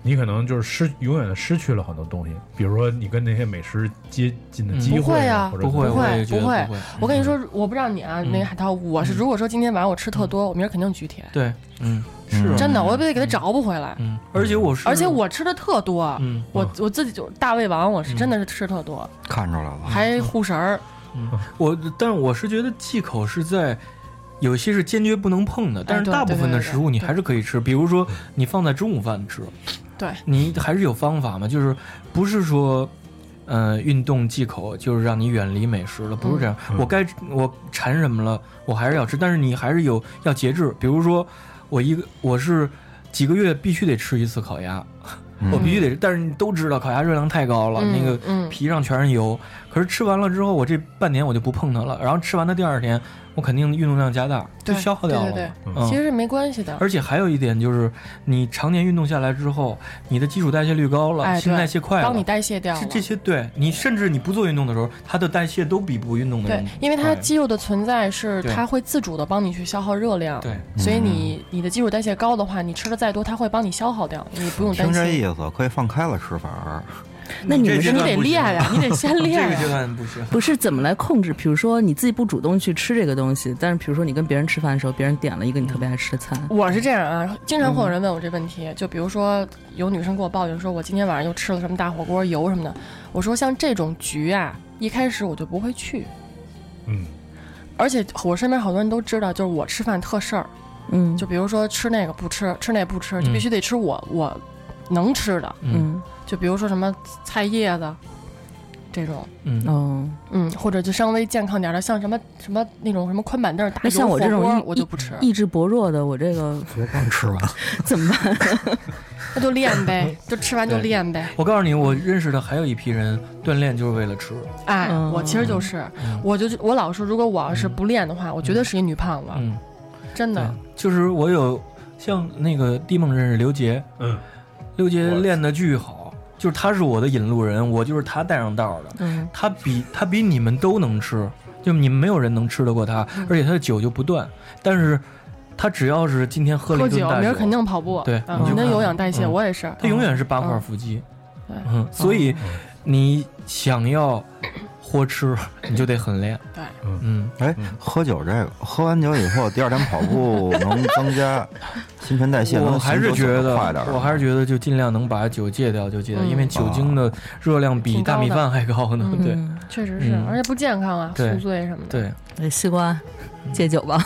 [SPEAKER 13] 你可能就是失永远的失去了很多东西，比如说你跟那些美食接近的机
[SPEAKER 10] 不
[SPEAKER 13] 会
[SPEAKER 10] 会啊，
[SPEAKER 13] 或者
[SPEAKER 10] 不
[SPEAKER 13] 怎么样
[SPEAKER 10] 会，会。我
[SPEAKER 11] 嗯
[SPEAKER 10] 跟你说，我不知道你啊，那个海涛，我是如果说今天晚上我吃特多，我明儿肯定举铁，
[SPEAKER 11] 嗯对，嗯，是啊
[SPEAKER 10] 真的，我非得给他找不回来。
[SPEAKER 11] 嗯，而且我是，
[SPEAKER 10] 而且我吃的特多，
[SPEAKER 11] 嗯
[SPEAKER 10] 我我自己就是大胃王，我是真的是吃特多，
[SPEAKER 8] 看出来了，
[SPEAKER 11] 嗯
[SPEAKER 10] 还护食儿。
[SPEAKER 11] 我，但我是觉得忌口是在。有些是坚决不能碰的，但是
[SPEAKER 10] 哎对
[SPEAKER 11] 大部分的
[SPEAKER 10] 对对对
[SPEAKER 11] 食物你还是可以吃，比如说你放在中午饭吃，
[SPEAKER 10] 对，
[SPEAKER 11] 你还是有方法嘛，就是不是说，呃，运动忌口，就是让你远离美食了，不是这样。
[SPEAKER 13] 嗯
[SPEAKER 11] 我该我馋什么了，我还是要吃，但是你还是有要节制。比如说，我一个我是几个月必须得吃一次烤鸭，
[SPEAKER 13] 嗯
[SPEAKER 8] 嗯
[SPEAKER 11] 我必须得，但是你都知道烤鸭热量太高了，
[SPEAKER 10] 嗯
[SPEAKER 11] 那
[SPEAKER 10] 嗯
[SPEAKER 11] 个皮上全是油。可是吃完了之后，我这半年我就不碰它了，然后吃完它第二天，我肯定运动量加大，就
[SPEAKER 10] 对
[SPEAKER 11] 消耗掉了嘛。
[SPEAKER 10] 对对对，
[SPEAKER 11] 嗯
[SPEAKER 10] 其实是没关系的。
[SPEAKER 11] 而且还有一点就是，你常年运动下来之后，你的基础代谢率高了，
[SPEAKER 10] 哎，
[SPEAKER 11] 新
[SPEAKER 10] 对
[SPEAKER 11] 代谢快了，
[SPEAKER 10] 帮你代谢掉了
[SPEAKER 11] 这。这些对你，甚至你不做运动的时候，它的代谢都比不运动的
[SPEAKER 10] 对
[SPEAKER 11] 人，
[SPEAKER 10] 因为它
[SPEAKER 11] 快
[SPEAKER 10] 肌肉的存在是
[SPEAKER 11] 对
[SPEAKER 10] 它会自主的帮你去消耗热量，
[SPEAKER 11] 对
[SPEAKER 8] 嗯
[SPEAKER 11] 嗯
[SPEAKER 10] 所以你你的基础代谢高的话，你吃的再多，它会帮你消耗掉，你不用担
[SPEAKER 8] 听这意
[SPEAKER 10] 心。
[SPEAKER 8] 思，可以放开了吃，反而。
[SPEAKER 9] 那你们是
[SPEAKER 10] 你得练 呀，你得先练呀。
[SPEAKER 11] 段不行。
[SPEAKER 9] 不是怎么来控制？比如说你自己不主动去吃这个东西，但是比如说你跟别人吃饭的时候，别人点了一个你特别爱吃的菜，
[SPEAKER 10] 我是这样啊，经常
[SPEAKER 9] 嗯
[SPEAKER 10] 会有人问我这问题，就比如说有女生给我抱怨说，我今天晚上又吃了什么大火锅油什么的，我说像这种局啊，一开始我就不会去，
[SPEAKER 13] 嗯，
[SPEAKER 10] 而且我身边好多人都知道，就是我吃饭特事儿，
[SPEAKER 9] 嗯，
[SPEAKER 10] 就比如说吃那个不吃，吃那不吃，
[SPEAKER 9] 嗯
[SPEAKER 10] 就必须得吃我、我能吃的，
[SPEAKER 9] 嗯，
[SPEAKER 10] 就比如说什么菜叶子这种，
[SPEAKER 11] 嗯
[SPEAKER 9] 哦，
[SPEAKER 10] 嗯，或者就稍微健康点儿的，像什么什么那种什么宽板凳儿大
[SPEAKER 9] 那像
[SPEAKER 10] 油
[SPEAKER 9] 我这
[SPEAKER 10] 火
[SPEAKER 9] 种
[SPEAKER 10] 锅
[SPEAKER 9] 意
[SPEAKER 10] 我就不吃，
[SPEAKER 9] 意志薄弱的，我这个
[SPEAKER 8] 我刚吃完，
[SPEAKER 9] 怎么办？
[SPEAKER 10] 那就练呗， 就吃完就
[SPEAKER 11] 对
[SPEAKER 10] 练呗。
[SPEAKER 11] 我告诉你，我认识的还有一批人锻炼就是为了吃。
[SPEAKER 10] 哎，
[SPEAKER 11] 嗯
[SPEAKER 10] 我其实就是，我就我老说，如果我要是不练的话，我绝对是一女胖子，
[SPEAKER 11] 嗯，
[SPEAKER 10] 真的。
[SPEAKER 11] 就是我有像那个地梦认识刘杰，
[SPEAKER 13] 嗯，
[SPEAKER 11] 刘杰练的巨好，就是他是我的引路人，我就是他带上道的。
[SPEAKER 9] 嗯，
[SPEAKER 11] 他比他比你们都能吃，就你们没有人能吃得过他，
[SPEAKER 10] 嗯
[SPEAKER 11] 而且他的酒就不断，但是他只要是今天喝了
[SPEAKER 10] 喝
[SPEAKER 11] 一顿
[SPEAKER 10] 酒，
[SPEAKER 11] 大
[SPEAKER 10] 明
[SPEAKER 11] 酒
[SPEAKER 10] 儿，肯定跑步，
[SPEAKER 11] 对
[SPEAKER 10] 嗯
[SPEAKER 11] 你就
[SPEAKER 10] 肯定
[SPEAKER 11] 看
[SPEAKER 10] 有氧代谢。
[SPEAKER 11] 嗯
[SPEAKER 10] 我也是，
[SPEAKER 11] 他永远是八
[SPEAKER 10] 嗯
[SPEAKER 11] 块腹肌。
[SPEAKER 10] 对
[SPEAKER 11] 嗯，所以你想要活吃，你就得狠练。
[SPEAKER 10] 对，
[SPEAKER 11] 嗯，
[SPEAKER 8] 哎，喝酒这个，喝完酒以后，第二天跑 步能增加新陈代谢，
[SPEAKER 11] 我
[SPEAKER 8] 能
[SPEAKER 11] 还是
[SPEAKER 8] 行走
[SPEAKER 11] 觉
[SPEAKER 8] 得
[SPEAKER 11] 得
[SPEAKER 8] 快点儿，。啊嗯
[SPEAKER 11] 我还是觉得就尽量能把酒戒掉就戒掉，
[SPEAKER 10] 嗯
[SPEAKER 11] 因为酒精的热量比
[SPEAKER 10] 挺高
[SPEAKER 11] 大
[SPEAKER 10] 的
[SPEAKER 11] 米饭还高呢。
[SPEAKER 10] 嗯
[SPEAKER 11] 对，
[SPEAKER 10] 确实是，
[SPEAKER 11] 嗯
[SPEAKER 10] 而且不健康啊，
[SPEAKER 11] 对
[SPEAKER 10] 宿醉什么的。
[SPEAKER 11] 对，
[SPEAKER 9] 哎西瓜戒酒吧，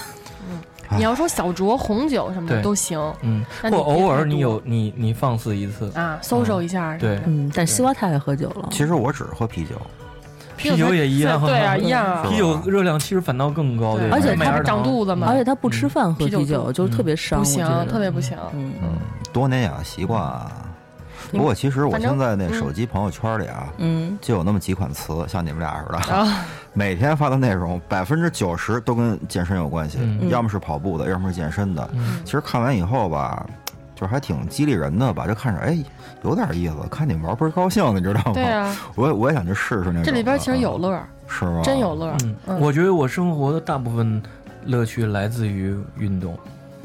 [SPEAKER 10] 你要说小酌红酒什么的
[SPEAKER 11] 对
[SPEAKER 10] 都行，
[SPEAKER 11] 嗯，
[SPEAKER 10] 但
[SPEAKER 11] 或
[SPEAKER 10] 你别
[SPEAKER 11] 偶尔
[SPEAKER 10] 太
[SPEAKER 11] 你
[SPEAKER 10] 多
[SPEAKER 11] 有你你放肆一次
[SPEAKER 10] 啊，搜索一下。
[SPEAKER 11] 对
[SPEAKER 9] 嗯，但西瓜太爱喝酒了，
[SPEAKER 8] 其实我只喝啤酒，
[SPEAKER 10] 啤
[SPEAKER 11] 啤酒也一样，
[SPEAKER 10] 对 啊，一样啊。
[SPEAKER 11] 啤酒热量其实反倒更高，
[SPEAKER 10] 而且
[SPEAKER 11] 麦
[SPEAKER 10] 它
[SPEAKER 11] 芽
[SPEAKER 10] 不
[SPEAKER 11] 糖
[SPEAKER 10] 长
[SPEAKER 11] 嗯
[SPEAKER 10] 肚子嘛，
[SPEAKER 9] 而且他不吃饭喝
[SPEAKER 10] 啤酒
[SPEAKER 9] 啤酒，
[SPEAKER 10] 肚
[SPEAKER 9] 就特别伤，
[SPEAKER 10] 不
[SPEAKER 9] 我
[SPEAKER 10] 行
[SPEAKER 9] 觉得，
[SPEAKER 10] 特别不行。
[SPEAKER 9] 嗯，
[SPEAKER 8] 多年养习惯啊。不过其实我现在
[SPEAKER 10] 嗯
[SPEAKER 8] 那手机朋友圈里啊，
[SPEAKER 9] 嗯，
[SPEAKER 8] 就有那么几款词，像你们俩似的，
[SPEAKER 10] 啊
[SPEAKER 8] 每天发的内容百分之九十都跟健身有关系，
[SPEAKER 11] 嗯
[SPEAKER 8] 要么是跑步的，要么是健身的。
[SPEAKER 11] 嗯
[SPEAKER 8] 其实看完以后吧，就是还挺激励人的吧，就看着哎有点意思，看你玩倍儿高兴，你知道吗？
[SPEAKER 10] 对啊，
[SPEAKER 8] 我也我也想去试试那种。啊
[SPEAKER 10] 这里边其实有乐儿，
[SPEAKER 8] 是吗？
[SPEAKER 10] 真有乐儿。嗯
[SPEAKER 11] 嗯我觉得我生活的大部分乐趣来自于运动，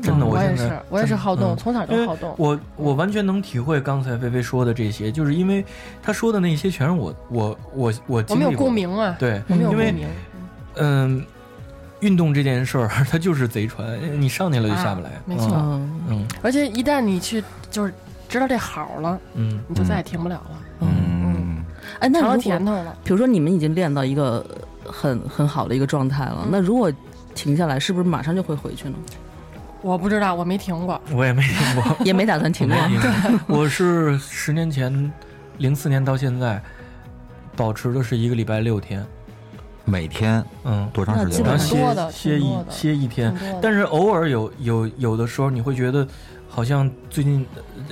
[SPEAKER 11] 真的，
[SPEAKER 10] 嗯我也
[SPEAKER 11] 现
[SPEAKER 10] 是
[SPEAKER 11] 在，
[SPEAKER 10] 我也是好动，
[SPEAKER 11] 嗯
[SPEAKER 10] 从小就好动。
[SPEAKER 11] 我我完全能体会刚才菲菲说的这些，就是因为她说的那些全是我我我我
[SPEAKER 10] 我
[SPEAKER 11] 经历
[SPEAKER 10] 们有
[SPEAKER 11] 过的
[SPEAKER 10] 共鸣啊，
[SPEAKER 11] 对，
[SPEAKER 10] 我们有
[SPEAKER 11] 因为
[SPEAKER 10] 共鸣。
[SPEAKER 11] 嗯、运动这件事儿 它就是贼船，你上去了就下不来，
[SPEAKER 10] 啊没错
[SPEAKER 11] 嗯嗯
[SPEAKER 10] 而且一旦你去就是知道这好了，
[SPEAKER 11] 嗯
[SPEAKER 10] 你就再也停不了了，
[SPEAKER 8] 嗯
[SPEAKER 10] 嗯
[SPEAKER 9] 哎，嗯那
[SPEAKER 10] 尝
[SPEAKER 9] 如
[SPEAKER 10] 到
[SPEAKER 9] 果
[SPEAKER 10] 甜头了。
[SPEAKER 9] 比如说你们已经练到一个呃很很好的一个状态了，那如果停下来，是不是马上就会回去呢？
[SPEAKER 10] 我不知道，我没停过。
[SPEAKER 11] 我也没 听过，
[SPEAKER 9] 也没打算停过
[SPEAKER 11] 我没 听过我是十年前，零四年到现在，保持的是一个礼拜六天，
[SPEAKER 8] 每天
[SPEAKER 11] 嗯
[SPEAKER 8] 多长时间？
[SPEAKER 11] 然后
[SPEAKER 10] 挺多
[SPEAKER 11] 歇
[SPEAKER 10] 的
[SPEAKER 11] 歇
[SPEAKER 10] 挺
[SPEAKER 11] 一
[SPEAKER 10] 多的嗯
[SPEAKER 11] 歇一天
[SPEAKER 10] 挺多的，
[SPEAKER 11] 但是偶尔有有有的时候你会觉得好像最近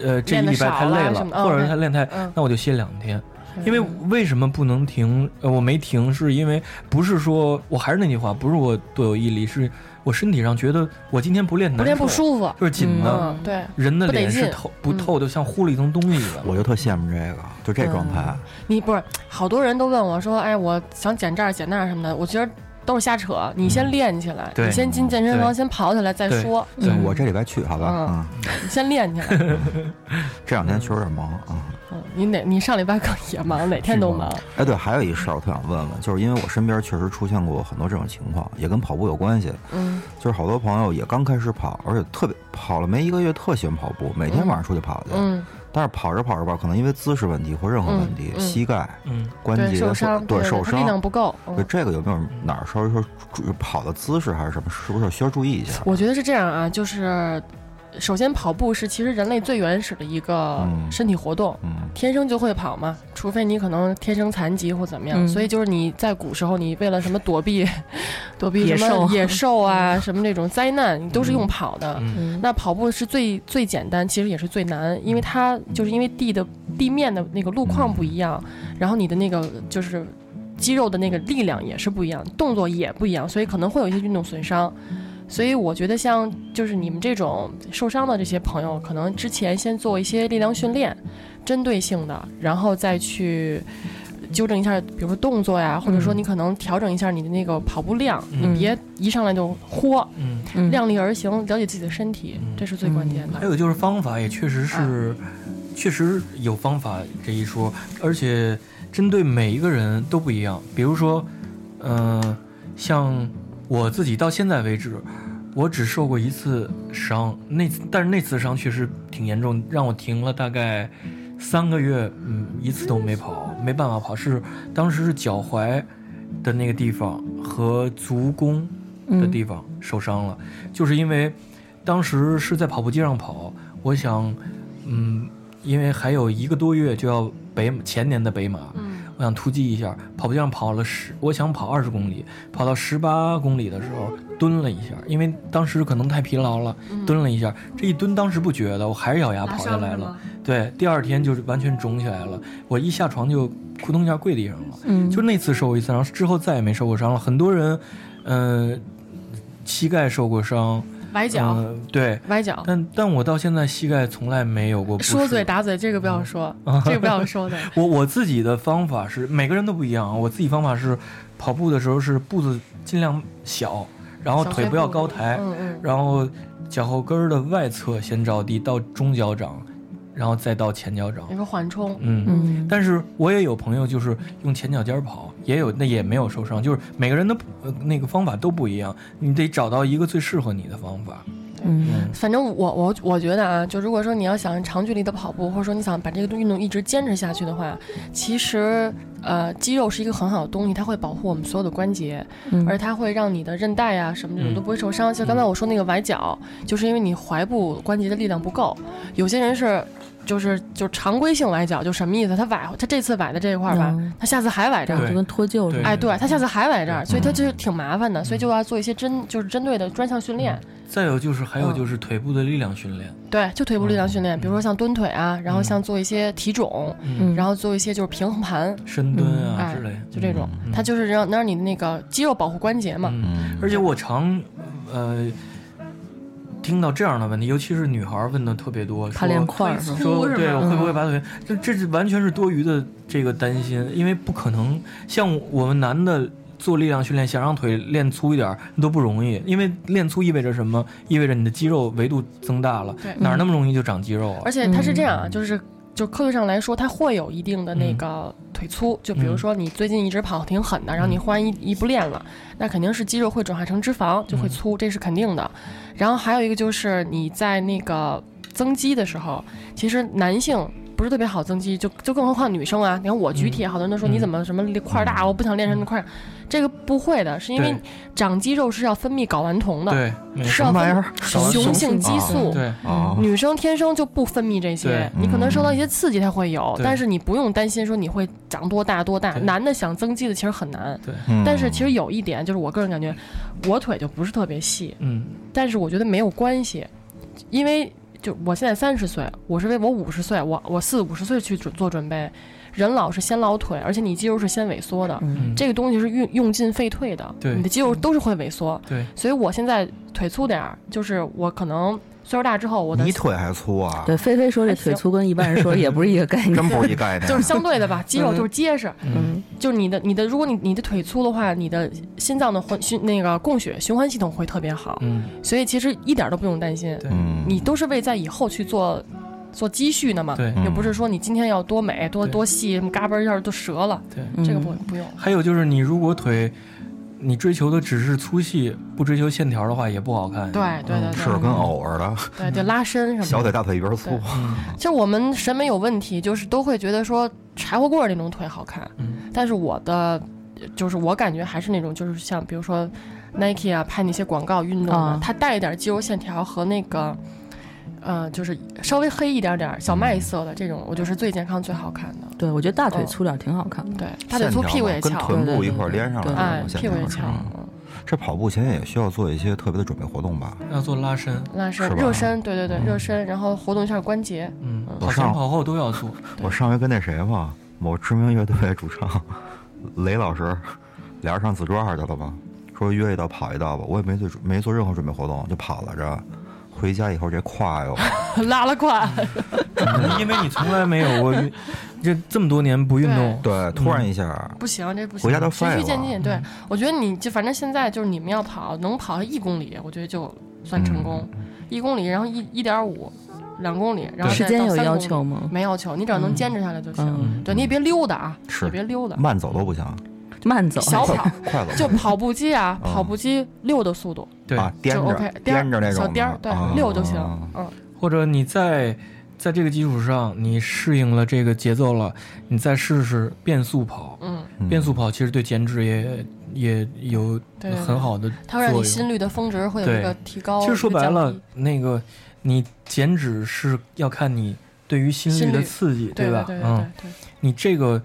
[SPEAKER 11] 呃这一
[SPEAKER 10] 练得
[SPEAKER 11] 礼拜太
[SPEAKER 10] 少了
[SPEAKER 11] 累
[SPEAKER 10] 什
[SPEAKER 11] 了
[SPEAKER 10] 么，的
[SPEAKER 11] 或者
[SPEAKER 10] 嗯
[SPEAKER 11] 是他练太
[SPEAKER 10] 嗯，
[SPEAKER 11] 那我就歇两天。
[SPEAKER 10] 嗯
[SPEAKER 11] 因为为什么不能停？呃，我没停，是因为不是说我还是那句话，不是我多有毅力，是我身体上觉得我今天不练难
[SPEAKER 10] 不练不
[SPEAKER 11] 受
[SPEAKER 10] 舒服
[SPEAKER 11] 就是紧的
[SPEAKER 10] 嗯，对
[SPEAKER 11] 人的
[SPEAKER 10] 不得
[SPEAKER 11] 脸是
[SPEAKER 10] 劲嗯
[SPEAKER 11] 透不透的，像糊了一层东西一样。
[SPEAKER 8] 我就特羡慕这个，就这状态。
[SPEAKER 10] 你不是好多人都问我说，哎，我想减这儿减那儿什么的，我觉得都是瞎扯。你先练起来，
[SPEAKER 8] 对
[SPEAKER 10] 你先进健身房
[SPEAKER 8] 对
[SPEAKER 10] 先跑起来再说。
[SPEAKER 8] 对
[SPEAKER 10] 嗯
[SPEAKER 8] 我这礼拜去好吧？
[SPEAKER 10] 你 先练起来。
[SPEAKER 8] 嗯，这两天确实有点忙啊。
[SPEAKER 10] 嗯你哪你上礼拜更也忙，哪天都忙。
[SPEAKER 8] 哎，对，还有一事儿我特想问问，就是因为我身边确实出现过很多这种情况，也跟跑步有关系。
[SPEAKER 10] 嗯，
[SPEAKER 8] 就是好多朋友也刚开始跑，而且特别跑了没一个月，特喜欢跑步，每天晚上出去跑去。
[SPEAKER 10] 嗯，
[SPEAKER 8] 但是跑着跑着吧，可能因为姿势问题或任何问题，
[SPEAKER 10] 嗯嗯
[SPEAKER 8] 膝盖、
[SPEAKER 11] 嗯
[SPEAKER 8] 关
[SPEAKER 10] 对
[SPEAKER 8] 节
[SPEAKER 10] 受
[SPEAKER 8] 或
[SPEAKER 10] 伤
[SPEAKER 8] 对
[SPEAKER 10] 对
[SPEAKER 8] 受
[SPEAKER 10] 它
[SPEAKER 8] 伤
[SPEAKER 10] 力量不够嗯
[SPEAKER 8] 对这个有没有哪儿稍微说注跑的姿势还是什么，是不是需要注意一下？
[SPEAKER 10] 我觉得是这样啊，就是首先跑步是其实人类最原始的一个
[SPEAKER 8] 嗯
[SPEAKER 10] 身体活动，天生就会跑嘛，除非你可能天生残疾或怎么样，
[SPEAKER 9] 嗯
[SPEAKER 10] 所以就是你在古时候，你为了什么躲避 躲避
[SPEAKER 9] 野
[SPEAKER 10] 什么
[SPEAKER 9] 兽
[SPEAKER 10] 野兽 啊，什么这种灾难，你都是用跑的。
[SPEAKER 9] 嗯
[SPEAKER 10] 那跑步是最最简单，其实也是最难，因为它就是因为地的地面的那个路况不一样，然后你的那个就是。肌肉的那个力量也是不一样，动作也不一样，所以可能会有一些运动损伤。所以我觉得像就是你们这种受伤的这些朋友，可能之前先做一些力量训练，针对性的，然后再去纠正一下，比如说动作呀，或者说你可能调整一下你的那个跑步量，
[SPEAKER 11] 嗯
[SPEAKER 10] 你别一上来就豁，
[SPEAKER 11] 嗯
[SPEAKER 10] 量力而行，了解自己的身体，这是最关键的。
[SPEAKER 11] 还有就是方法也确实是，确实有方法这一说，而且针对每一个人都不一样。比如说，嗯，像我自己到现在为止，我只受过一次伤，那次但是那次伤确实挺严重，让我停了大概三个月，嗯，一次都没跑，没办法跑，是当时是脚踝的那个地方和足弓嗯
[SPEAKER 12] 嗯
[SPEAKER 11] 的地方受伤了，就是因为当时是在跑步机上跑，我想，嗯，因为还有一个多月就要北前年的北马，
[SPEAKER 12] 嗯
[SPEAKER 11] 我想突击一下，跑步机上跑了十，我想跑二十公里，跑到十八公里的时候蹲了一下，因为当时可能太疲劳了，蹲了一下，这一蹲当时不觉得，我还是咬
[SPEAKER 12] 拉
[SPEAKER 11] 牙跑下
[SPEAKER 12] 嗯伤
[SPEAKER 11] 来
[SPEAKER 12] 是
[SPEAKER 11] 了
[SPEAKER 12] 吗，
[SPEAKER 11] 对，第二天就是完全肿起来了，我一下床就扑通一下跪地上了，
[SPEAKER 12] 嗯
[SPEAKER 11] 就那次受过一次伤，之后再也没受过伤了。很多人，嗯、膝盖受过伤，
[SPEAKER 10] 崴脚
[SPEAKER 11] 呃对，
[SPEAKER 10] 崴脚
[SPEAKER 11] 但但我到现在膝盖从来没有过不适
[SPEAKER 10] 说嘴打嘴，这个不要说
[SPEAKER 11] 啊，
[SPEAKER 10] 这个不要说的。
[SPEAKER 11] 我我自己的方法是，每个人都不一样啊。我自己方法是，跑步的时候是步子尽量小，然后
[SPEAKER 12] 小
[SPEAKER 11] 腿
[SPEAKER 12] 碎
[SPEAKER 11] 不要
[SPEAKER 12] 步
[SPEAKER 11] 高抬，
[SPEAKER 12] 嗯嗯
[SPEAKER 11] 然后脚后跟儿的外侧先着地，到中脚掌，然后再到前脚掌。
[SPEAKER 10] 一个缓冲，
[SPEAKER 11] 嗯，但是我也有朋友就是用前脚尖儿跑，也有那也没有受伤，就是每个人的呃那个方法都不一样，你得找到一个最适合你的方法。
[SPEAKER 9] 嗯
[SPEAKER 10] 反正我我我觉得啊，就如果说你要想长距离的跑步，或者说你想把这个运动一直坚持下去的话，其实呃，肌肉是一个很好的东西，它会保护我们所有的关节，
[SPEAKER 9] 嗯
[SPEAKER 10] 而它会让你的韧带啊什么这种
[SPEAKER 9] 嗯
[SPEAKER 10] 都不会受伤。就刚才我说那个崴脚，就是因为你踝部关节的力量不够，有些人是。就是就常规性崴脚，就什么意思？他崴，他这次崴的这一块儿吧，
[SPEAKER 9] 嗯
[SPEAKER 10] 他下次还崴这儿，
[SPEAKER 9] 就跟脱臼似的。
[SPEAKER 10] 哎，对他下次还崴这儿，所以他
[SPEAKER 9] 嗯
[SPEAKER 10] 就是挺麻烦的，所以就要做一些针，就是针对的专项训练。嗯
[SPEAKER 11] 再有就是还有就是腿部的力量训练，
[SPEAKER 9] 嗯
[SPEAKER 10] 对，就腿部力量训练，比如说像蹲腿啊，然后像做一些体肿，
[SPEAKER 11] 嗯
[SPEAKER 10] 然后做一些就是平衡盘、
[SPEAKER 11] 深蹲啊
[SPEAKER 10] 哎
[SPEAKER 11] 之类的
[SPEAKER 10] 就这
[SPEAKER 9] 嗯
[SPEAKER 10] 种，它就是让能让
[SPEAKER 11] 嗯
[SPEAKER 10] 嗯
[SPEAKER 8] 嗯
[SPEAKER 10] 你那个肌肉保护关节嘛。
[SPEAKER 11] 而且我常，呃，听到这样的问题，尤其是女孩儿问的特别多，
[SPEAKER 9] 怕练块儿是吧
[SPEAKER 11] 说
[SPEAKER 9] 会粗是
[SPEAKER 11] 对
[SPEAKER 9] 吗
[SPEAKER 11] 我会不
[SPEAKER 10] 嗯
[SPEAKER 11] 会拔腿，这这是完全是多余的这个担心，因为不可能像我们男的。做力量训练，想让腿练粗一点儿都不容易，因为练粗意味着什么？意味着你的肌肉维度增大了
[SPEAKER 9] 嗯
[SPEAKER 10] 对，
[SPEAKER 11] 哪儿那么容易就长肌肉啊？
[SPEAKER 10] 而且它是这样啊，就是就科学上来说，它会有一定的
[SPEAKER 11] 嗯
[SPEAKER 10] 那个腿粗。就比如说你最近一直跑挺狠的，然后
[SPEAKER 11] 嗯
[SPEAKER 10] 你忽然一一不练了，那肯定是肌肉会转化成脂肪，
[SPEAKER 11] 嗯
[SPEAKER 10] 就会粗，这是肯定的。然后还有一个就是你在那个增肌的时候，其实男性。不是特别好增肌，就就更何况女生啊！你看
[SPEAKER 11] 嗯
[SPEAKER 10] 我举铁，好多人都说你怎么什么块儿大，我不想练什么块儿，这个不会的，是因为
[SPEAKER 11] 对
[SPEAKER 10] 长肌肉是要分泌睾丸酮的，
[SPEAKER 11] 对没
[SPEAKER 10] 是
[SPEAKER 11] 错
[SPEAKER 10] 要分
[SPEAKER 11] 什么玩意
[SPEAKER 10] 泌
[SPEAKER 11] 儿
[SPEAKER 10] 雄性
[SPEAKER 11] 啊
[SPEAKER 10] 激素，
[SPEAKER 11] 对
[SPEAKER 8] 嗯
[SPEAKER 11] 哦
[SPEAKER 10] 女生天生就不分泌这些
[SPEAKER 11] 对，嗯
[SPEAKER 10] 你可能受到一些刺激，它会有，
[SPEAKER 11] 对
[SPEAKER 10] 但是你不用担心说你会长多大多大。男的想增肌的其实很难，
[SPEAKER 11] 对
[SPEAKER 12] 嗯
[SPEAKER 10] 但是其实有一点就是我个人感觉，我腿就不是特别细，
[SPEAKER 11] 嗯，
[SPEAKER 10] 但是我觉得没有关系，因为就我现在三十岁，我是为我五十岁，我我四五十岁去准做准备。人老是先老腿，而且你肌肉是先萎缩的，
[SPEAKER 11] 嗯
[SPEAKER 10] 这个东西是用用进废退的，
[SPEAKER 11] 对
[SPEAKER 10] 你的肌肉都是会萎缩。
[SPEAKER 11] 对
[SPEAKER 10] 所以我现在腿粗点儿，就是我可能岁数大之后，我的
[SPEAKER 8] 你腿还粗啊？
[SPEAKER 9] 对，菲菲说这腿粗跟一般人说也不是一个概念，
[SPEAKER 8] 真不 是一概念。啊
[SPEAKER 10] 就是相对的吧，肌肉就是结实，
[SPEAKER 8] 嗯，
[SPEAKER 10] 就是你的你的，如果你你的腿粗的话，你的心脏的环循那个供血循环系统会特别好，
[SPEAKER 11] 嗯，
[SPEAKER 10] 所以其实一点都不用担心，
[SPEAKER 11] 嗯
[SPEAKER 10] 你都是为在以后去做做积蓄的嘛，
[SPEAKER 11] 对
[SPEAKER 10] 又不
[SPEAKER 8] 嗯
[SPEAKER 10] 是说你今天要多美多多细，什么嘎嘣一下就折了，
[SPEAKER 8] 嗯
[SPEAKER 11] 对
[SPEAKER 10] 嗯
[SPEAKER 9] 嗯
[SPEAKER 10] 这个不不用，
[SPEAKER 11] 还有就是，你如果腿，你追求的只是粗细，不追求线条的话，也不好看。
[SPEAKER 10] 对对对对
[SPEAKER 8] 嗯是跟偶尔的，
[SPEAKER 10] 对对，拉伸什么的，
[SPEAKER 8] 小腿大腿一边
[SPEAKER 10] 嗯
[SPEAKER 8] 粗
[SPEAKER 10] 对。
[SPEAKER 11] 嗯
[SPEAKER 10] 其实我们审美有问题，就是都会觉得说柴火棍儿那种腿好看，
[SPEAKER 11] 嗯
[SPEAKER 10] 但是我的就是我感觉还是那种就是像比如说 Nike 啊拍那些广告运动的，
[SPEAKER 9] 啊
[SPEAKER 10] 它带一点肌肉线条和那个呃就是稍微黑一点点儿小麦色的这种，我觉得是最健康最好看的。
[SPEAKER 9] 对，我觉得大腿
[SPEAKER 10] 嗯
[SPEAKER 9] 粗点儿挺好看的。
[SPEAKER 10] 对，大腿粗屁股也
[SPEAKER 8] 跟
[SPEAKER 10] 翘，
[SPEAKER 8] 臀部一块儿连上
[SPEAKER 10] 对
[SPEAKER 8] 了，
[SPEAKER 10] 哎
[SPEAKER 8] 这种线
[SPEAKER 10] 屁股也
[SPEAKER 8] 条是
[SPEAKER 10] 翘，
[SPEAKER 8] 嗯这跑步前也需要做一些特别的准备活动吧？
[SPEAKER 11] 要做拉伸，
[SPEAKER 10] 拉伸
[SPEAKER 8] 是吧嗯
[SPEAKER 10] 热身，对对对，热身，然后活动一下关节。
[SPEAKER 11] 嗯跑
[SPEAKER 8] 我
[SPEAKER 11] 前
[SPEAKER 8] 上
[SPEAKER 11] 跑后都要做。
[SPEAKER 8] 我上回跟那谁嘛，某知名乐队主唱雷老师， 俩人上自抓还去了吗？说约一道跑一道吧，我也没做没做任何准备活动，就跑了着。回家以后这胯哟，
[SPEAKER 10] 拉了胯，
[SPEAKER 11] 因为你从来没有 过运，这这么多年不运动，
[SPEAKER 8] 对，突然一下，
[SPEAKER 10] 不行，这不行，
[SPEAKER 8] 回家都
[SPEAKER 10] 循
[SPEAKER 8] 废
[SPEAKER 10] 序
[SPEAKER 8] 了
[SPEAKER 10] 渐进。对，
[SPEAKER 9] 嗯
[SPEAKER 10] 我觉得你就反正现在就是你们要跑，能跑一公里，我觉得就算成功。
[SPEAKER 8] 嗯
[SPEAKER 10] 一公里，然后一一点五，两公里，然后
[SPEAKER 9] 时
[SPEAKER 10] 再到
[SPEAKER 9] 间有
[SPEAKER 10] 三
[SPEAKER 9] 要
[SPEAKER 10] 公里
[SPEAKER 9] 求吗
[SPEAKER 10] 没要求，你只要能坚持下来就行。
[SPEAKER 9] 嗯
[SPEAKER 10] 对，你也别溜达啊，
[SPEAKER 8] 是
[SPEAKER 10] 也别溜达，
[SPEAKER 8] 慢走都不行，
[SPEAKER 9] 慢走
[SPEAKER 10] 小跑
[SPEAKER 8] 快走
[SPEAKER 10] 就跑步机啊，
[SPEAKER 8] 嗯
[SPEAKER 10] 跑步机溜的速度，
[SPEAKER 11] 对
[SPEAKER 8] 啊，颠
[SPEAKER 10] 就
[SPEAKER 8] 着
[SPEAKER 10] OK，
[SPEAKER 8] 颠着那种
[SPEAKER 10] 小颠儿，
[SPEAKER 8] 的
[SPEAKER 10] 对
[SPEAKER 8] 啊，
[SPEAKER 10] 溜就行。嗯，
[SPEAKER 11] 或者你在在这个基础上，你适应了这个节奏了，你再试试变速跑。
[SPEAKER 10] 嗯，
[SPEAKER 11] 变速跑其实对减脂也也有
[SPEAKER 10] 对对对
[SPEAKER 11] 很好的作用，
[SPEAKER 10] 嗯它会让你心率的峰值会有一个
[SPEAKER 11] 对
[SPEAKER 10] 提高。
[SPEAKER 11] 其实说
[SPEAKER 10] 一个
[SPEAKER 11] 白
[SPEAKER 10] 降
[SPEAKER 11] 了
[SPEAKER 10] 低，
[SPEAKER 11] 那个你减脂是要看你对于心率
[SPEAKER 10] 心
[SPEAKER 11] 的
[SPEAKER 10] 率
[SPEAKER 11] 刺激，
[SPEAKER 10] 对
[SPEAKER 11] 吧？
[SPEAKER 10] 对对对
[SPEAKER 11] 嗯
[SPEAKER 10] 对，
[SPEAKER 11] 你这个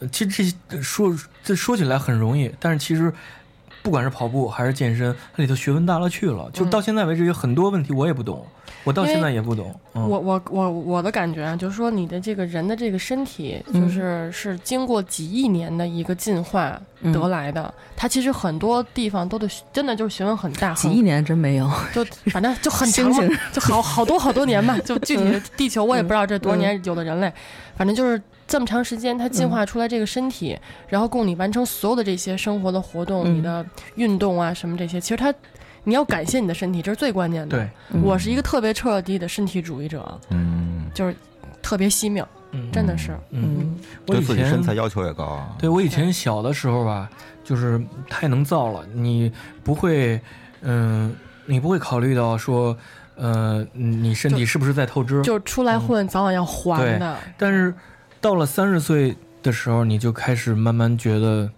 [SPEAKER 11] 呃其实这说这说起来很容易，但是其实。不管是跑步还是健身，它里头学问大了去了。就到现在为止，有很多问题我也不懂，我到
[SPEAKER 10] 嗯因为
[SPEAKER 11] 现在也不懂。嗯、
[SPEAKER 10] 我我我我的感觉啊，就是说你的这个人的这个身体，
[SPEAKER 11] 嗯
[SPEAKER 10] 就是是经过几亿年的一个进化
[SPEAKER 9] 嗯
[SPEAKER 10] 得来的。它其实很多地方都得真的就是学问很大，
[SPEAKER 9] 几
[SPEAKER 10] 很
[SPEAKER 9] 亿年真没有，
[SPEAKER 10] 就反正就很长嘛
[SPEAKER 9] 星星，
[SPEAKER 10] 就好好多好多 年吧。就具体的
[SPEAKER 9] 嗯
[SPEAKER 10] 地球我也不知道这多少年
[SPEAKER 9] 嗯
[SPEAKER 10] 有的人类，反正就是这么长时间，它进化出来这个身体，然后供你完成所有的这些生活的活动，
[SPEAKER 9] 嗯
[SPEAKER 10] 你的运动啊什么这些，其实它。你要感谢你的身体，这是最关键的。
[SPEAKER 11] 对
[SPEAKER 9] 嗯
[SPEAKER 10] 我是一个特别彻底的身体主义者，
[SPEAKER 8] 嗯，
[SPEAKER 10] 就是特别惜命，真的是，
[SPEAKER 11] 嗯，我
[SPEAKER 8] 对
[SPEAKER 11] 以
[SPEAKER 8] 自己身
[SPEAKER 11] 前
[SPEAKER 8] 材要求也高啊。
[SPEAKER 11] 对我以前小的时候吧，就是太能造了，你不会，嗯、你不会考虑到说，呃，你身体是不是在透支？
[SPEAKER 10] 就是出来混，早晚要还
[SPEAKER 11] 对
[SPEAKER 10] 的。，
[SPEAKER 11] 但是到了三十岁的时候，你就开始慢慢觉得。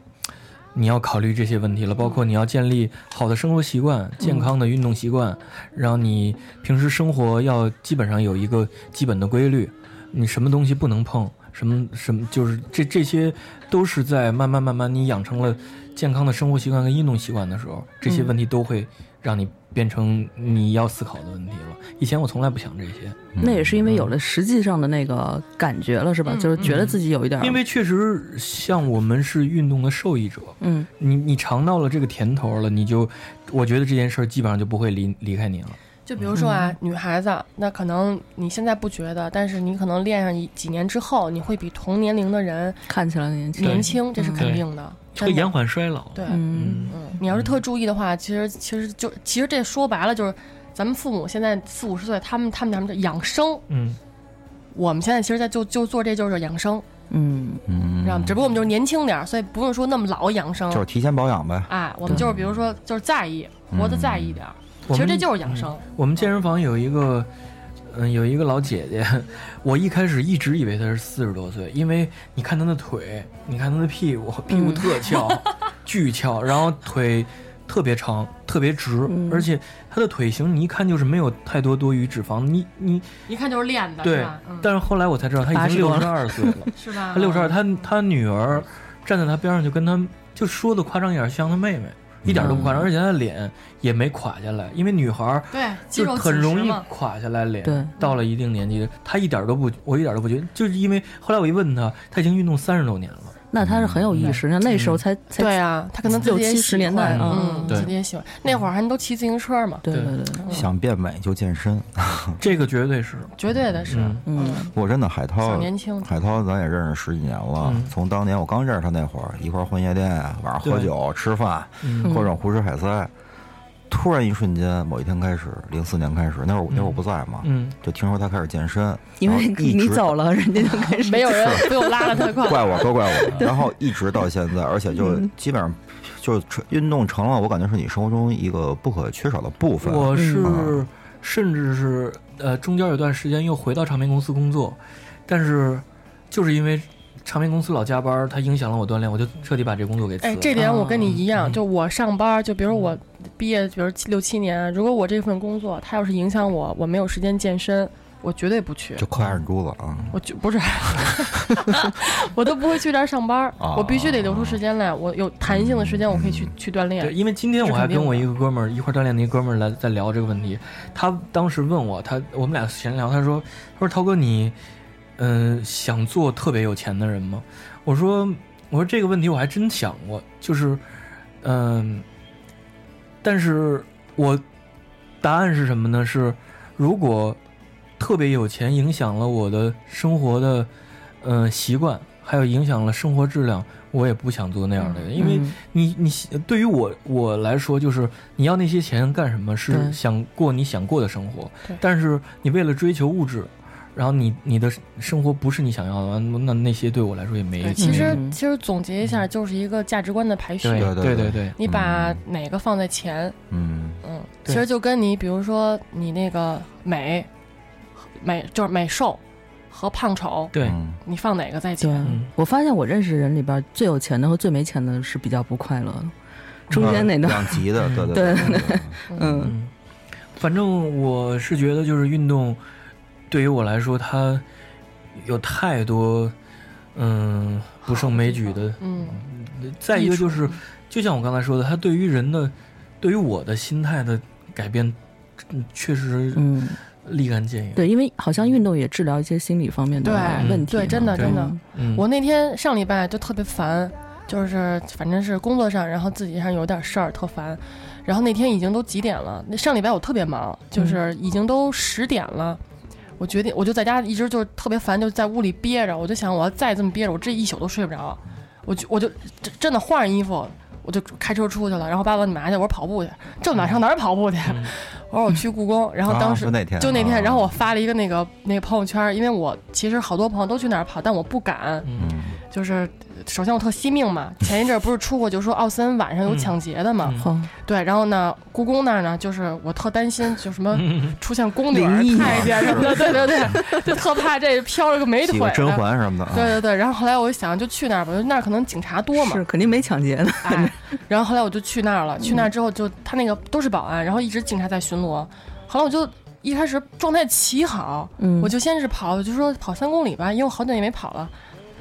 [SPEAKER 11] 你要考虑这些问题了，包括你要建立好的生活习惯、健康的运动习惯，然后你平时生活要基本上有一个基本的规律，你什么东西不能碰，什么什么就是这这些都是在慢慢慢慢你养成了健康的生活习惯跟运动习惯的时候，这些
[SPEAKER 10] 嗯
[SPEAKER 11] 问题都会让你变成你要思考的问题了。以前我从来不想这些，
[SPEAKER 10] 嗯
[SPEAKER 9] 那也是因为有了实际上的那个感觉了，是
[SPEAKER 10] 嗯
[SPEAKER 9] 吧？就是觉得自己
[SPEAKER 10] 啊
[SPEAKER 9] 有一点儿，
[SPEAKER 11] 因为确实像我们是运动的受益者，
[SPEAKER 9] 嗯，
[SPEAKER 11] 你你尝到了这个甜头了，你就我觉得这件事儿基本上就不会离离开你了。
[SPEAKER 10] 就比如说啊，女孩子，那可能你现在不觉得，但是你可能练上一几年之后，你会比同年龄的人
[SPEAKER 9] 看起来年轻嗯
[SPEAKER 10] 年轻，这是肯
[SPEAKER 11] 对
[SPEAKER 10] 定的。
[SPEAKER 11] 会
[SPEAKER 10] 真的
[SPEAKER 11] 延缓衰老。
[SPEAKER 10] 对，嗯你要是特注意的话，其实其实就其实这说白了就是，咱们父母现在四五十岁，他们他们咱们这养生，
[SPEAKER 11] 嗯
[SPEAKER 10] 我们现在其实在就就做这就是养生，
[SPEAKER 9] 嗯
[SPEAKER 10] 知道吗？
[SPEAKER 8] 嗯，
[SPEAKER 10] 只不过我们就是年轻点儿，所以不用说那么老养生。
[SPEAKER 8] 就是提前保养呗。
[SPEAKER 10] 哎，我们就是比如说就是在意，活得在意点儿，
[SPEAKER 11] 我
[SPEAKER 10] 其实
[SPEAKER 11] 们
[SPEAKER 10] 这就是养生。
[SPEAKER 11] 我们健身房有一个，嗯，有一个老姐姐，我一开始一直以为她是四十多岁，因为你看她的腿，你看她的屁股，屁
[SPEAKER 10] 嗯
[SPEAKER 11] 股特 翘，巨翘，然后腿特别长，特别直，
[SPEAKER 10] 嗯
[SPEAKER 11] 而且她的腿型你一看就是没有太多多余脂肪，你你
[SPEAKER 10] 一看就是练的，是
[SPEAKER 11] 对
[SPEAKER 10] 吧？嗯，啊
[SPEAKER 11] 但是后来我才知道她已
[SPEAKER 9] 80
[SPEAKER 11] 经六
[SPEAKER 9] 多
[SPEAKER 11] 十二
[SPEAKER 9] 了
[SPEAKER 11] 岁了，
[SPEAKER 10] 是吧嗯
[SPEAKER 11] 她六十二，她她女儿站在她边上就跟她就说的夸张一点，像她妹妹。一点都不夸张，而且她的脸也没垮下来，因为女孩儿
[SPEAKER 10] 对肌
[SPEAKER 11] 就
[SPEAKER 10] 肉
[SPEAKER 11] 很
[SPEAKER 10] 紧
[SPEAKER 11] 容
[SPEAKER 10] 实
[SPEAKER 11] 易
[SPEAKER 10] 嘛
[SPEAKER 11] 垮下来脸。
[SPEAKER 9] 对
[SPEAKER 11] 到了一定年纪，她一点都不，我一点都不觉得，就是因为后来我一问她，她已经运动三十多年了。
[SPEAKER 9] 那他是很有意识，那那时候才才
[SPEAKER 10] 对啊，他可能自
[SPEAKER 9] 六
[SPEAKER 10] 己也
[SPEAKER 9] 七
[SPEAKER 10] 喜
[SPEAKER 9] 十年代
[SPEAKER 11] 啊
[SPEAKER 10] 欢嗯，
[SPEAKER 8] 对
[SPEAKER 10] 自己也喜欢。那会儿还都骑自行车嘛，
[SPEAKER 9] 对对对，
[SPEAKER 10] 嗯
[SPEAKER 8] 想变美就健身，
[SPEAKER 11] 这个绝对是。
[SPEAKER 10] 绝对的是，嗯，
[SPEAKER 8] 我真的海涛
[SPEAKER 10] 小，年轻
[SPEAKER 8] 海涛咱也认识十几年了，
[SPEAKER 9] 嗯
[SPEAKER 8] 从当年我刚认识他那会儿，一块儿混夜店，晚上喝
[SPEAKER 11] 对
[SPEAKER 8] 酒吃饭，
[SPEAKER 11] 嗯
[SPEAKER 8] 各种胡吃海塞。突然一瞬间，某一天开始，零四年开始，那会儿那会儿我不在嘛，
[SPEAKER 11] 嗯
[SPEAKER 8] 就听说他开始健身，
[SPEAKER 9] 因为
[SPEAKER 8] 然后一直
[SPEAKER 9] 你走了，人家就 开始
[SPEAKER 10] 哦没有人不用拉了他的
[SPEAKER 8] 怪我都 怪我，然后一直到现在，而且就
[SPEAKER 9] 嗯
[SPEAKER 8] 基本上就成运动成了我感觉是你生活中一个不可缺少的部分。
[SPEAKER 11] 我
[SPEAKER 8] 嗯
[SPEAKER 11] 是，甚至是呃，中间有段时间又回到唱片公司工作，但是就是因为唱片公司老加班儿，它影响了我锻炼，我就彻底把这工作给辞了。
[SPEAKER 10] 哎，这点我跟你
[SPEAKER 11] 嗯
[SPEAKER 10] 一样，就我上班，就比如我毕业，比如七六七年，如果我这份工作它要是影响我，我没有时间健身，我绝对不去
[SPEAKER 8] 就。快按住了啊！
[SPEAKER 10] 我就不是， 我都不会去这儿上班儿，
[SPEAKER 11] 啊
[SPEAKER 10] 我必须得留出时间来，我有弹性的时间，我可以去去锻炼。
[SPEAKER 11] 嗯对，因为今天我还跟我一个哥们儿一块儿锻炼的一哥们儿来在聊这个问题，他当时问我，他我们俩闲聊，他说，他说涛哥你，嗯、想做特别有钱的人吗？我说，我说这个问题我还真想过，就是，嗯、但是我答案是什么呢？是如果特别有钱影响了我的生活的，呃，习惯，还有影响了生活质量，我也不想做那样的
[SPEAKER 9] 嗯
[SPEAKER 11] 人，因为你你对于我我来说，就是你要那些钱干什么？是
[SPEAKER 9] 对
[SPEAKER 11] 想过你想过的生活
[SPEAKER 10] 对，
[SPEAKER 11] 但是你为了追求物质。然后你你的生活不是你想要的，那那那些对我来说也没
[SPEAKER 10] 对，。其实其实总结一下，就是一个价值观的排序。
[SPEAKER 11] 嗯对对对对
[SPEAKER 10] 你把哪个放在前？
[SPEAKER 8] 嗯
[SPEAKER 10] 嗯，其
[SPEAKER 11] 对
[SPEAKER 10] 实就跟你比如说你那个美，美就是美瘦和胖丑，
[SPEAKER 11] 对，
[SPEAKER 8] 嗯
[SPEAKER 10] 你放哪个在
[SPEAKER 9] 对
[SPEAKER 10] 前？，
[SPEAKER 9] 我发现我认识人里边最有钱的和最没钱的是比较不快乐的，中间那
[SPEAKER 8] 两
[SPEAKER 9] 段
[SPEAKER 8] 极的，对对
[SPEAKER 9] 对
[SPEAKER 8] 嗯对，
[SPEAKER 9] 对对，嗯
[SPEAKER 11] 嗯，反正我是觉得，就是运动对于我来说，它有太多嗯不胜枚举的。
[SPEAKER 10] 嗯，
[SPEAKER 11] 再一个就是，就像我刚才说的，它对于人的，对于我的心态的改变，嗯确实
[SPEAKER 9] 嗯
[SPEAKER 11] 立竿见影。
[SPEAKER 9] 对，因为好像运动也治疗一些心理方面的
[SPEAKER 10] 对
[SPEAKER 9] 问题嘛，
[SPEAKER 10] 对，真的
[SPEAKER 9] 对
[SPEAKER 10] 真的。
[SPEAKER 11] 嗯
[SPEAKER 10] 我那天上礼拜就特别烦，就是反正是工作上，然后自己上有点事儿，特烦。然后那天已经都几点了？那上礼拜我特别忙，
[SPEAKER 8] 嗯
[SPEAKER 10] 就是已经都十点了。我决定，我就在家一直就是特别烦，就在屋里憋着。我就想，我要再这么憋着，我这一宿都睡不着。我就我就真真的换上衣服，我就开车出去了。然后爸爸你嘛去？我说跑步去。这晚上哪儿跑步去？我说我去故宫。然后当时、
[SPEAKER 8] 嗯啊就那天
[SPEAKER 10] 就那
[SPEAKER 8] 啊
[SPEAKER 10] 天，然后我发了一个那个那个朋友圈，因为我其实好多朋友都去那儿跑，但我不敢。
[SPEAKER 11] 嗯
[SPEAKER 8] 嗯
[SPEAKER 10] 就是首先我特惜命嘛，前一阵儿不是出过就说奥森晚
[SPEAKER 8] 嗯
[SPEAKER 10] 上有抢劫的嘛，对，然后呢，故宫那儿呢，就是我特担心就什么
[SPEAKER 11] 嗯
[SPEAKER 10] 出现宫女儿、
[SPEAKER 8] 嗯灵异
[SPEAKER 10] 太监什么的，对对对，就特怕这飘着个美
[SPEAKER 8] 几
[SPEAKER 10] 腿
[SPEAKER 8] 个
[SPEAKER 10] 呢，
[SPEAKER 8] 甄嬛什么的啊，
[SPEAKER 10] 对对对，然后后来我一想就去那儿吧，那儿可能警察多嘛，
[SPEAKER 9] 是肯定没抢劫的，
[SPEAKER 10] 哎，然后后来我就去那儿了，去那
[SPEAKER 8] 嗯
[SPEAKER 10] 儿之后就他那个都是保安，然后一直警察在巡逻。后来我就一开始状态奇好，
[SPEAKER 9] 嗯
[SPEAKER 10] 我就先是跑，我就说跑三公里吧，因为我好久也没跑了，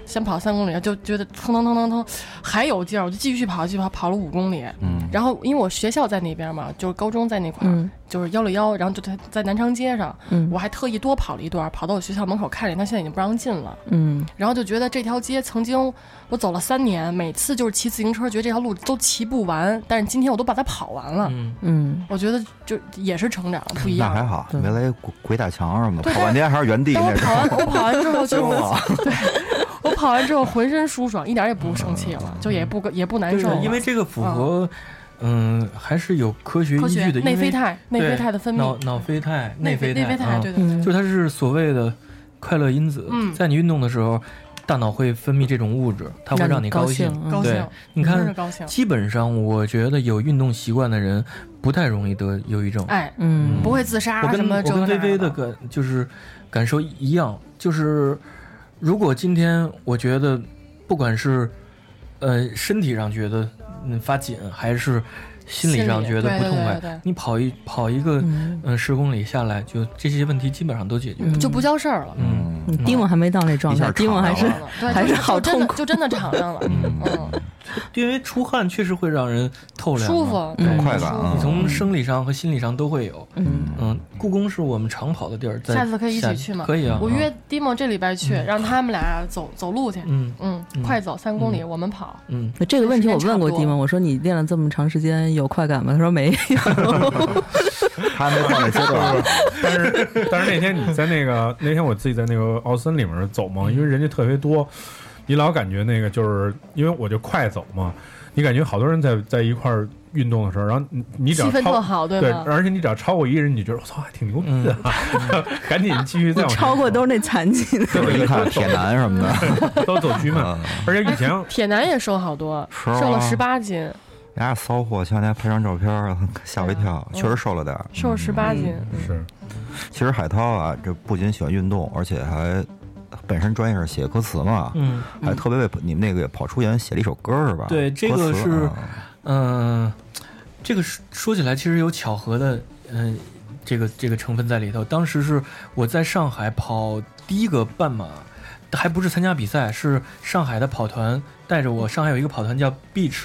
[SPEAKER 10] 先跑三公里，就觉得腾腾腾腾腾还有劲儿，我就继续跑，继续跑，跑了五公里，
[SPEAKER 8] 嗯，
[SPEAKER 10] 然后因为我学校在那边嘛，就是高中在那块儿，
[SPEAKER 9] 嗯
[SPEAKER 10] 就是幺六幺，然后就在在南昌街上，
[SPEAKER 9] 嗯
[SPEAKER 10] 我还特意多跑了一段，跑到我学校门口看见，他现在已经不让进了。
[SPEAKER 9] 嗯
[SPEAKER 10] 然后就觉得这条街曾经我走了三年，每次就是骑自行车，觉得这条路都骑不完，但是今天我都把它跑完了。
[SPEAKER 9] 嗯，
[SPEAKER 10] 我觉得就也是成长不一
[SPEAKER 8] 那
[SPEAKER 10] 样。
[SPEAKER 8] 还好，没来鬼鬼打墙什么的，
[SPEAKER 10] 对
[SPEAKER 8] 跑半天还是原地
[SPEAKER 10] 但
[SPEAKER 8] 那
[SPEAKER 10] 我
[SPEAKER 8] 种
[SPEAKER 10] 跑。完，我跑完之后 就
[SPEAKER 8] 凶啊
[SPEAKER 10] 对， 我跑完之后浑身舒爽，一点也不生气了，就也不也不
[SPEAKER 11] 嗯
[SPEAKER 10] 难
[SPEAKER 11] 对
[SPEAKER 10] 受
[SPEAKER 11] 的
[SPEAKER 10] 了，
[SPEAKER 11] 因为这个符合，嗯，还是有科学
[SPEAKER 10] 啊科
[SPEAKER 11] 依
[SPEAKER 10] 学
[SPEAKER 11] 据的。因为
[SPEAKER 10] 内啡肽内
[SPEAKER 11] 对
[SPEAKER 10] 啡肽的分泌
[SPEAKER 11] 脑脑啡肽、
[SPEAKER 10] 内啡
[SPEAKER 11] 啡
[SPEAKER 10] 内啡肽
[SPEAKER 11] 肽，
[SPEAKER 10] 对对对
[SPEAKER 11] 嗯就它是所谓的快乐因子
[SPEAKER 10] 嗯。
[SPEAKER 11] 在你运动的时候，大脑会分泌这种物质，它会
[SPEAKER 10] 让
[SPEAKER 11] 让
[SPEAKER 10] 你
[SPEAKER 11] 你
[SPEAKER 10] 高
[SPEAKER 11] 兴
[SPEAKER 10] 兴嗯。高
[SPEAKER 11] 对
[SPEAKER 10] 兴，
[SPEAKER 11] 你
[SPEAKER 10] 真
[SPEAKER 11] 看
[SPEAKER 10] 是高兴，
[SPEAKER 11] 基本上我觉得有运动习惯的人不太容易得忧郁症。
[SPEAKER 10] 哎，
[SPEAKER 9] 嗯
[SPEAKER 10] 不会自杀
[SPEAKER 11] 我跟
[SPEAKER 10] 什么
[SPEAKER 11] 我
[SPEAKER 10] 这
[SPEAKER 11] 跟
[SPEAKER 10] 那
[SPEAKER 11] 微微的感就是感受一样，就是如果今天我觉得不管是呃身体上觉得嗯发紧，还是心理上觉得不痛快，
[SPEAKER 10] 心理对对对对
[SPEAKER 11] 你跑一跑一个嗯十、0公里下来，就这些问题基本上都解决了。
[SPEAKER 10] 就不叫事儿了。
[SPEAKER 11] 嗯，
[SPEAKER 9] 嗯丁文还没到那状
[SPEAKER 11] 一下
[SPEAKER 9] 态，丁文还是
[SPEAKER 11] 敞亮了
[SPEAKER 10] 对，
[SPEAKER 9] 还是
[SPEAKER 10] 就
[SPEAKER 9] 好
[SPEAKER 10] 就真
[SPEAKER 9] 痛
[SPEAKER 10] 的
[SPEAKER 9] 苦，
[SPEAKER 10] 就真的敞亮了。
[SPEAKER 11] 嗯
[SPEAKER 10] 嗯
[SPEAKER 8] 嗯
[SPEAKER 11] 因为出汗确实会让人透凉嘛，
[SPEAKER 10] 舒服
[SPEAKER 11] 对
[SPEAKER 10] 嗯快感啊
[SPEAKER 11] 你从生理上和心理上都会有。
[SPEAKER 9] 嗯
[SPEAKER 11] 故宫是我们常跑的地儿，在
[SPEAKER 10] 下次可以一起去嘛？
[SPEAKER 11] 可以啊，
[SPEAKER 10] 我约 Dimo 这礼拜去，让他们俩走走路去。
[SPEAKER 11] 嗯
[SPEAKER 10] 嗯，快走三公里，我们跑。
[SPEAKER 11] 嗯，
[SPEAKER 9] 这个问题我问过
[SPEAKER 10] 时间差不多
[SPEAKER 9] 迪蒙，我说你练了这么长时间有快感吗？他说没有。
[SPEAKER 8] 他还没到那阶段。
[SPEAKER 13] 但是但是那天你在那个 那天我自己在那个奥森里面走嘛，因为人家特别多，你老感觉那个就是因为我就快走嘛，你感觉好多人在在一块儿运动的时候，然后你你只要
[SPEAKER 10] 气氛
[SPEAKER 13] 超
[SPEAKER 10] 特好对
[SPEAKER 13] 对
[SPEAKER 10] 吧
[SPEAKER 13] 而且你只要超过一个人，你觉得我操还挺牛逼
[SPEAKER 11] 嗯
[SPEAKER 13] 的，赶紧继续再往前
[SPEAKER 9] 超过都是那残疾的。
[SPEAKER 13] 对
[SPEAKER 8] 一看铁男什么
[SPEAKER 13] 的，都走局
[SPEAKER 8] 啊
[SPEAKER 13] 嘛。而且以前
[SPEAKER 10] 哎铁男也瘦好多，
[SPEAKER 8] 是吗
[SPEAKER 10] 瘦
[SPEAKER 11] 啊
[SPEAKER 10] 了十八斤，
[SPEAKER 8] 人家骚货，前两天拍张照片儿，吓我一跳，
[SPEAKER 10] 啊
[SPEAKER 8] 确实瘦了点儿。
[SPEAKER 10] 瘦了十八斤。
[SPEAKER 11] 嗯
[SPEAKER 10] 嗯
[SPEAKER 13] 是，
[SPEAKER 8] 其实海涛啊，这不仅喜欢运动，而且还本身专业是写歌词嘛，
[SPEAKER 11] 嗯
[SPEAKER 8] 还特别为你们那个跑出演写了一首歌是吧？
[SPEAKER 11] 对，这
[SPEAKER 8] 歌
[SPEAKER 11] 个
[SPEAKER 8] 词
[SPEAKER 11] 是
[SPEAKER 8] 啊，
[SPEAKER 11] 嗯、这个是说起来其实有巧合的，嗯、这个这个成分在里头。当时是我在上海跑第一个半马，还不是参加比赛，是上海的跑团带着我。上海有一个跑团叫 Beach，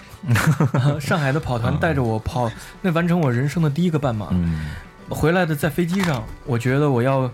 [SPEAKER 11] 上海的跑团带着我跑，那完成我人生的第一个半马。
[SPEAKER 8] 嗯
[SPEAKER 11] 回来的在飞机上，我觉得我要，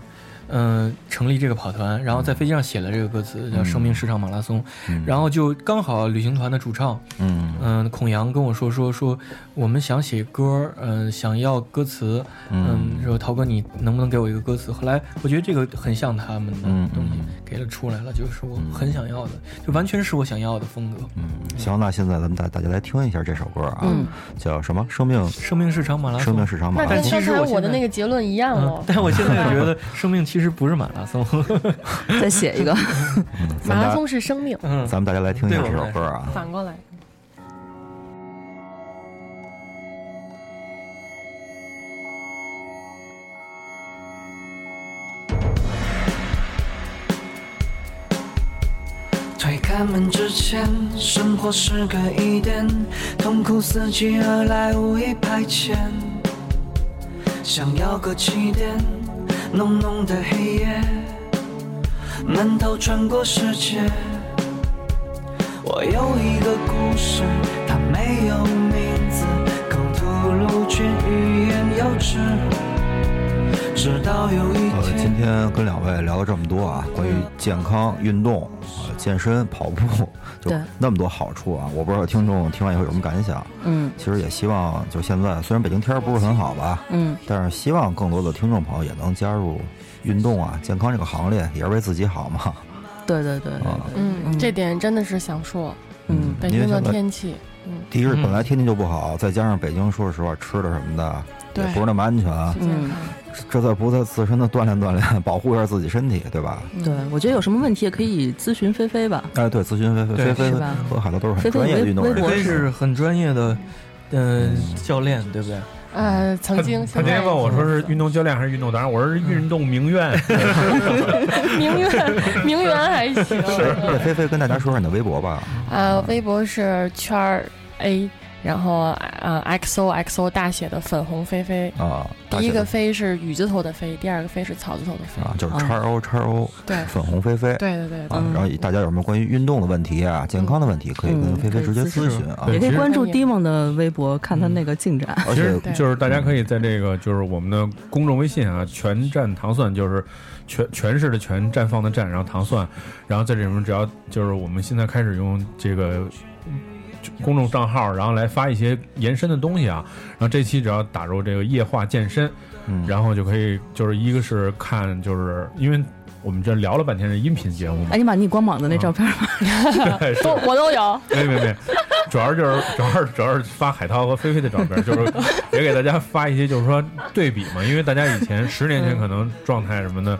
[SPEAKER 11] 嗯、成立这个跑团，然后在飞机上写了这个歌词，叫“生命是场马拉松”，然后就刚好旅行团的主唱，
[SPEAKER 8] 嗯
[SPEAKER 11] 嗯、孔阳跟我说说说，我们想写歌，嗯、想要歌词，嗯、说涛哥你能不能给我一个歌词？后来我觉得这个很像他们的
[SPEAKER 8] 嗯
[SPEAKER 11] 东西，给了出来了，就是我很想要的，就完全是我想要的风格。
[SPEAKER 8] 嗯行，那现在咱们大大家来听一下这首歌啊，
[SPEAKER 11] 嗯
[SPEAKER 8] 叫什么？生命，生
[SPEAKER 11] 命是场马拉松
[SPEAKER 8] 生命是场马
[SPEAKER 10] 那
[SPEAKER 8] 拉
[SPEAKER 10] 跟
[SPEAKER 8] 松
[SPEAKER 10] 刚。才
[SPEAKER 11] 我现在
[SPEAKER 10] 我的那个结论一样哦
[SPEAKER 11] 嗯
[SPEAKER 10] 喽，。
[SPEAKER 11] 但我现在觉得生命其实不是马拉 松，
[SPEAKER 9] 再写一个，
[SPEAKER 10] 马拉松是生命，
[SPEAKER 11] 嗯
[SPEAKER 8] 咱们大家来听一下这首歌啊。
[SPEAKER 10] 反过来。
[SPEAKER 6] 推开门之前，生活是个疑点，痛苦伺机而来，无意排遣。想要个起点，浓浓的黑夜，闷头穿过世界。我有一个故事，它没有名字，口吐露却欲言又止，直到有一
[SPEAKER 8] 呃，
[SPEAKER 6] 天。
[SPEAKER 8] 今天跟两位聊了这么多啊，关于健康、运动、呃、健身、跑步， 就
[SPEAKER 9] 对
[SPEAKER 8] 那么多好处啊！我不知道听众听完以后有什么感想。
[SPEAKER 9] 嗯
[SPEAKER 8] 其实也希望，就现在虽然北京天儿不是很好吧，
[SPEAKER 9] 嗯，
[SPEAKER 8] 但是希望更多的听众朋友也能加入运动啊、健康这个行列，也是为自己好嘛。啊
[SPEAKER 9] 对对对对
[SPEAKER 8] 哦
[SPEAKER 9] 对，
[SPEAKER 10] 嗯，这点真的是想说，
[SPEAKER 9] 嗯
[SPEAKER 10] 北
[SPEAKER 8] 因为
[SPEAKER 10] 京的
[SPEAKER 8] 现在
[SPEAKER 10] 天气，嗯，
[SPEAKER 8] 第一是本来天气就不好，再加上北京说实话吃的什么的也
[SPEAKER 10] 对
[SPEAKER 8] 不是那么安全，
[SPEAKER 13] 啊
[SPEAKER 9] 嗯，
[SPEAKER 8] 这再不再自身的锻炼锻 炼，保护一下自己身体，对吧？
[SPEAKER 10] 嗯
[SPEAKER 9] 对，我觉得有什么问题也可以咨询菲菲吧。
[SPEAKER 8] 哎，对，咨询菲菲
[SPEAKER 11] 对
[SPEAKER 8] 菲
[SPEAKER 9] 是
[SPEAKER 8] 菲
[SPEAKER 9] 吧
[SPEAKER 8] 和海涛都是
[SPEAKER 9] 菲菲
[SPEAKER 8] 很专业的
[SPEAKER 9] 微
[SPEAKER 8] 运动人
[SPEAKER 9] 微博
[SPEAKER 11] 菲
[SPEAKER 8] 士
[SPEAKER 11] 菲。是很专业的，嗯、教练对不对？
[SPEAKER 10] 呃，曾经
[SPEAKER 13] 他
[SPEAKER 10] 现
[SPEAKER 13] 今
[SPEAKER 10] 在
[SPEAKER 13] 天问我说 是运动教练还是运动达人，我说是运动名媛。
[SPEAKER 10] 名 媛，名媛还行。
[SPEAKER 8] 对，菲菲跟大家说说你的微博吧。
[SPEAKER 10] 呃，微博是圈儿 A，然后呃 XO XO 大写的粉红飞飞
[SPEAKER 13] 啊大
[SPEAKER 10] 第
[SPEAKER 13] 写的
[SPEAKER 10] 一个飞是雨字头的飞，第二个飞是草字头的飞
[SPEAKER 13] 啊，就是叉 O 叉 O，
[SPEAKER 10] 对
[SPEAKER 13] 粉红菲菲，
[SPEAKER 10] 对对对对
[SPEAKER 13] 啊，
[SPEAKER 9] 嗯
[SPEAKER 13] 然后大家有什么关于运动的问题啊、健康的问题，可以跟菲菲直接咨询啊，
[SPEAKER 9] 也可以关注 Dimon 的微博，看他那个进展。
[SPEAKER 11] 其实就是大家可以在这个就是我们的公众微信啊，全站糖蒜就是全全市的全绽放的绽，然后糖蒜，然后在这里面只要就是我们现在开始用这个嗯公众账号，然后来发一些延伸的东西啊，然后这期只要打入这个夜话健身，
[SPEAKER 13] 嗯
[SPEAKER 11] 然后就可以就是一个是看就是因为我们这聊了半天是音频节目嘛
[SPEAKER 9] 哎，，你把逆光膀子那照片发
[SPEAKER 11] 对是
[SPEAKER 10] 都我都有，
[SPEAKER 11] 没没没，主要就是 主要是主要是发海涛和菲菲的照 片，就是也给大家发一些就是说对比嘛，因为大家以前十年前可能状态什么的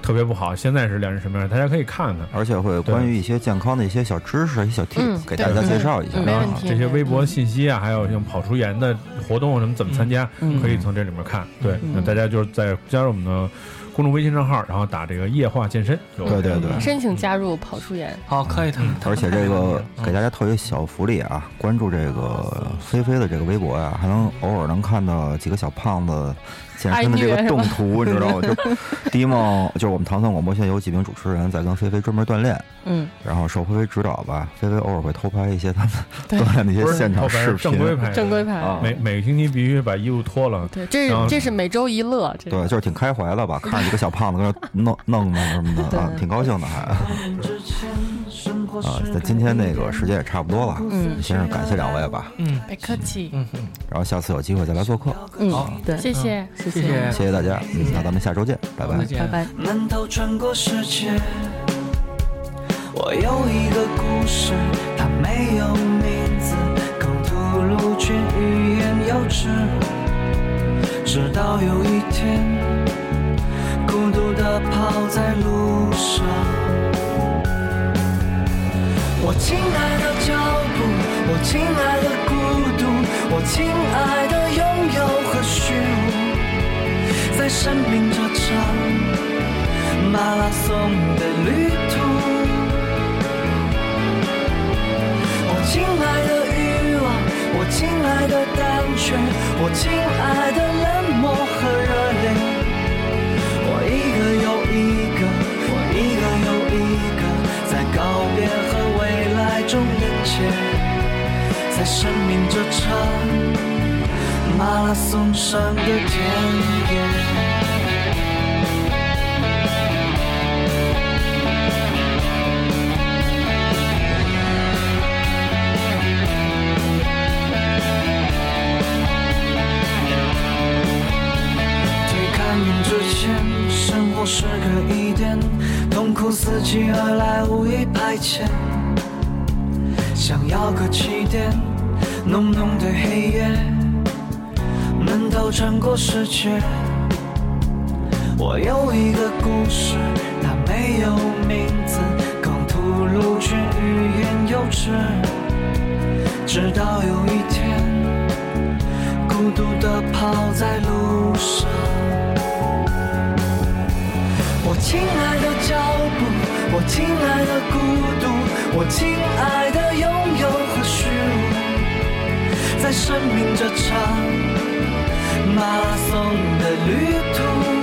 [SPEAKER 11] 特别不好，现在是两人什么样，大家可以看看。
[SPEAKER 13] 而且会关于一些健康的一些小知识、一些小 t
[SPEAKER 11] 嗯
[SPEAKER 13] i 给大家介绍一下
[SPEAKER 11] 嗯
[SPEAKER 13] 啊。
[SPEAKER 11] 这些微博信息啊，还有像跑除盐的活动什么怎么参加，
[SPEAKER 13] 嗯
[SPEAKER 11] 可以从这里面看。对，
[SPEAKER 13] 嗯
[SPEAKER 11] 那大家就是在加入我们的公众微信账号，然后打这个夜话健身。有
[SPEAKER 13] 对对对
[SPEAKER 10] 申请加入跑出研。
[SPEAKER 14] 好，可以，他
[SPEAKER 11] 嗯
[SPEAKER 14] 们
[SPEAKER 13] 而且这个给大家投一个小福利啊，关注这个菲菲的这个微博啊呀、还能偶尔能看到几个小胖子健身的这
[SPEAKER 10] 爱虐
[SPEAKER 13] 个
[SPEAKER 10] 是吧
[SPEAKER 13] 动图，你知 道吗？就 d i m 就是我们糖蒜广播现在有几名主持人在跟菲菲专门锻炼，
[SPEAKER 9] 嗯，
[SPEAKER 13] 然后受菲菲指导吧，菲菲偶尔会偷拍一些他们
[SPEAKER 10] 对
[SPEAKER 13] 锻炼的一
[SPEAKER 11] 不
[SPEAKER 13] 些
[SPEAKER 11] 是
[SPEAKER 13] 现场
[SPEAKER 11] 后边
[SPEAKER 13] 视
[SPEAKER 11] 是
[SPEAKER 13] 频，
[SPEAKER 11] 正规拍的，
[SPEAKER 10] 正规拍
[SPEAKER 13] 啊
[SPEAKER 11] 每每个星期必须把衣服脱了。
[SPEAKER 10] 对，这
[SPEAKER 13] 然后
[SPEAKER 10] 是这是每周一乐，这
[SPEAKER 13] 对，就是挺开怀 的吧，看着几个小胖子跟那弄弄的什么的啊，挺高兴的还。啊，那今天那个时间也差不多了，
[SPEAKER 10] 嗯
[SPEAKER 13] 先是感谢两位吧，
[SPEAKER 14] 嗯，
[SPEAKER 10] 别哎客气，
[SPEAKER 14] 嗯
[SPEAKER 13] 然后下次有机会再来做客，
[SPEAKER 9] 嗯，对，
[SPEAKER 10] 谢谢谢
[SPEAKER 14] 谢谢
[SPEAKER 13] 谢谢大家，嗯，那咱们下周见，拜拜，
[SPEAKER 14] 见拜
[SPEAKER 9] 拜。
[SPEAKER 8] 难道穿过世界？我有一个故事，它没有名字，刚吐露却欲言又止。直到有一天，孤独地跑在路上，我亲爱的脚步，我亲爱的孤独，我亲爱的拥有和虚无，在生命这场。马拉松的旅途。我亲爱的欲望，我亲爱的胆怯，我亲爱的冷漠和热烈，我一个又一个，我一个又一个，在告别和未来中连接，在生命这场马拉松上的田野。推开门之前，生活是个疑点，痛苦伺机而来，无意排遣。想要个起点，浓浓的黑夜，能够穿过世界。我有一个故事，它没有名字，刚吐露却欲言又止，直到有一天。孤独地跑在路上。我亲爱的脚步，我亲爱的孤独，我亲爱的拥有和虚无，在生命这场马拉松的旅途。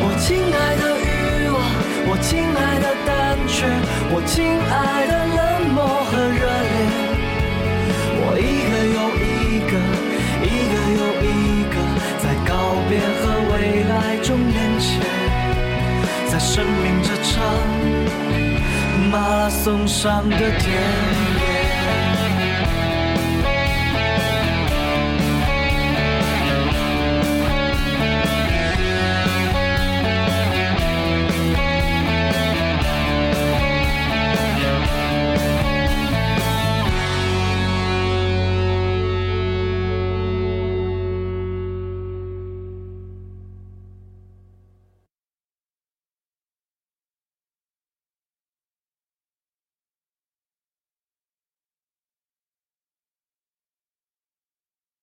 [SPEAKER 8] 我亲爱的欲望，我亲爱的胆怯，我亲爱的冷漠和热烈。我一个又一个，一个又一个，在告别和未来中连接，在生命这场马拉松上的田野。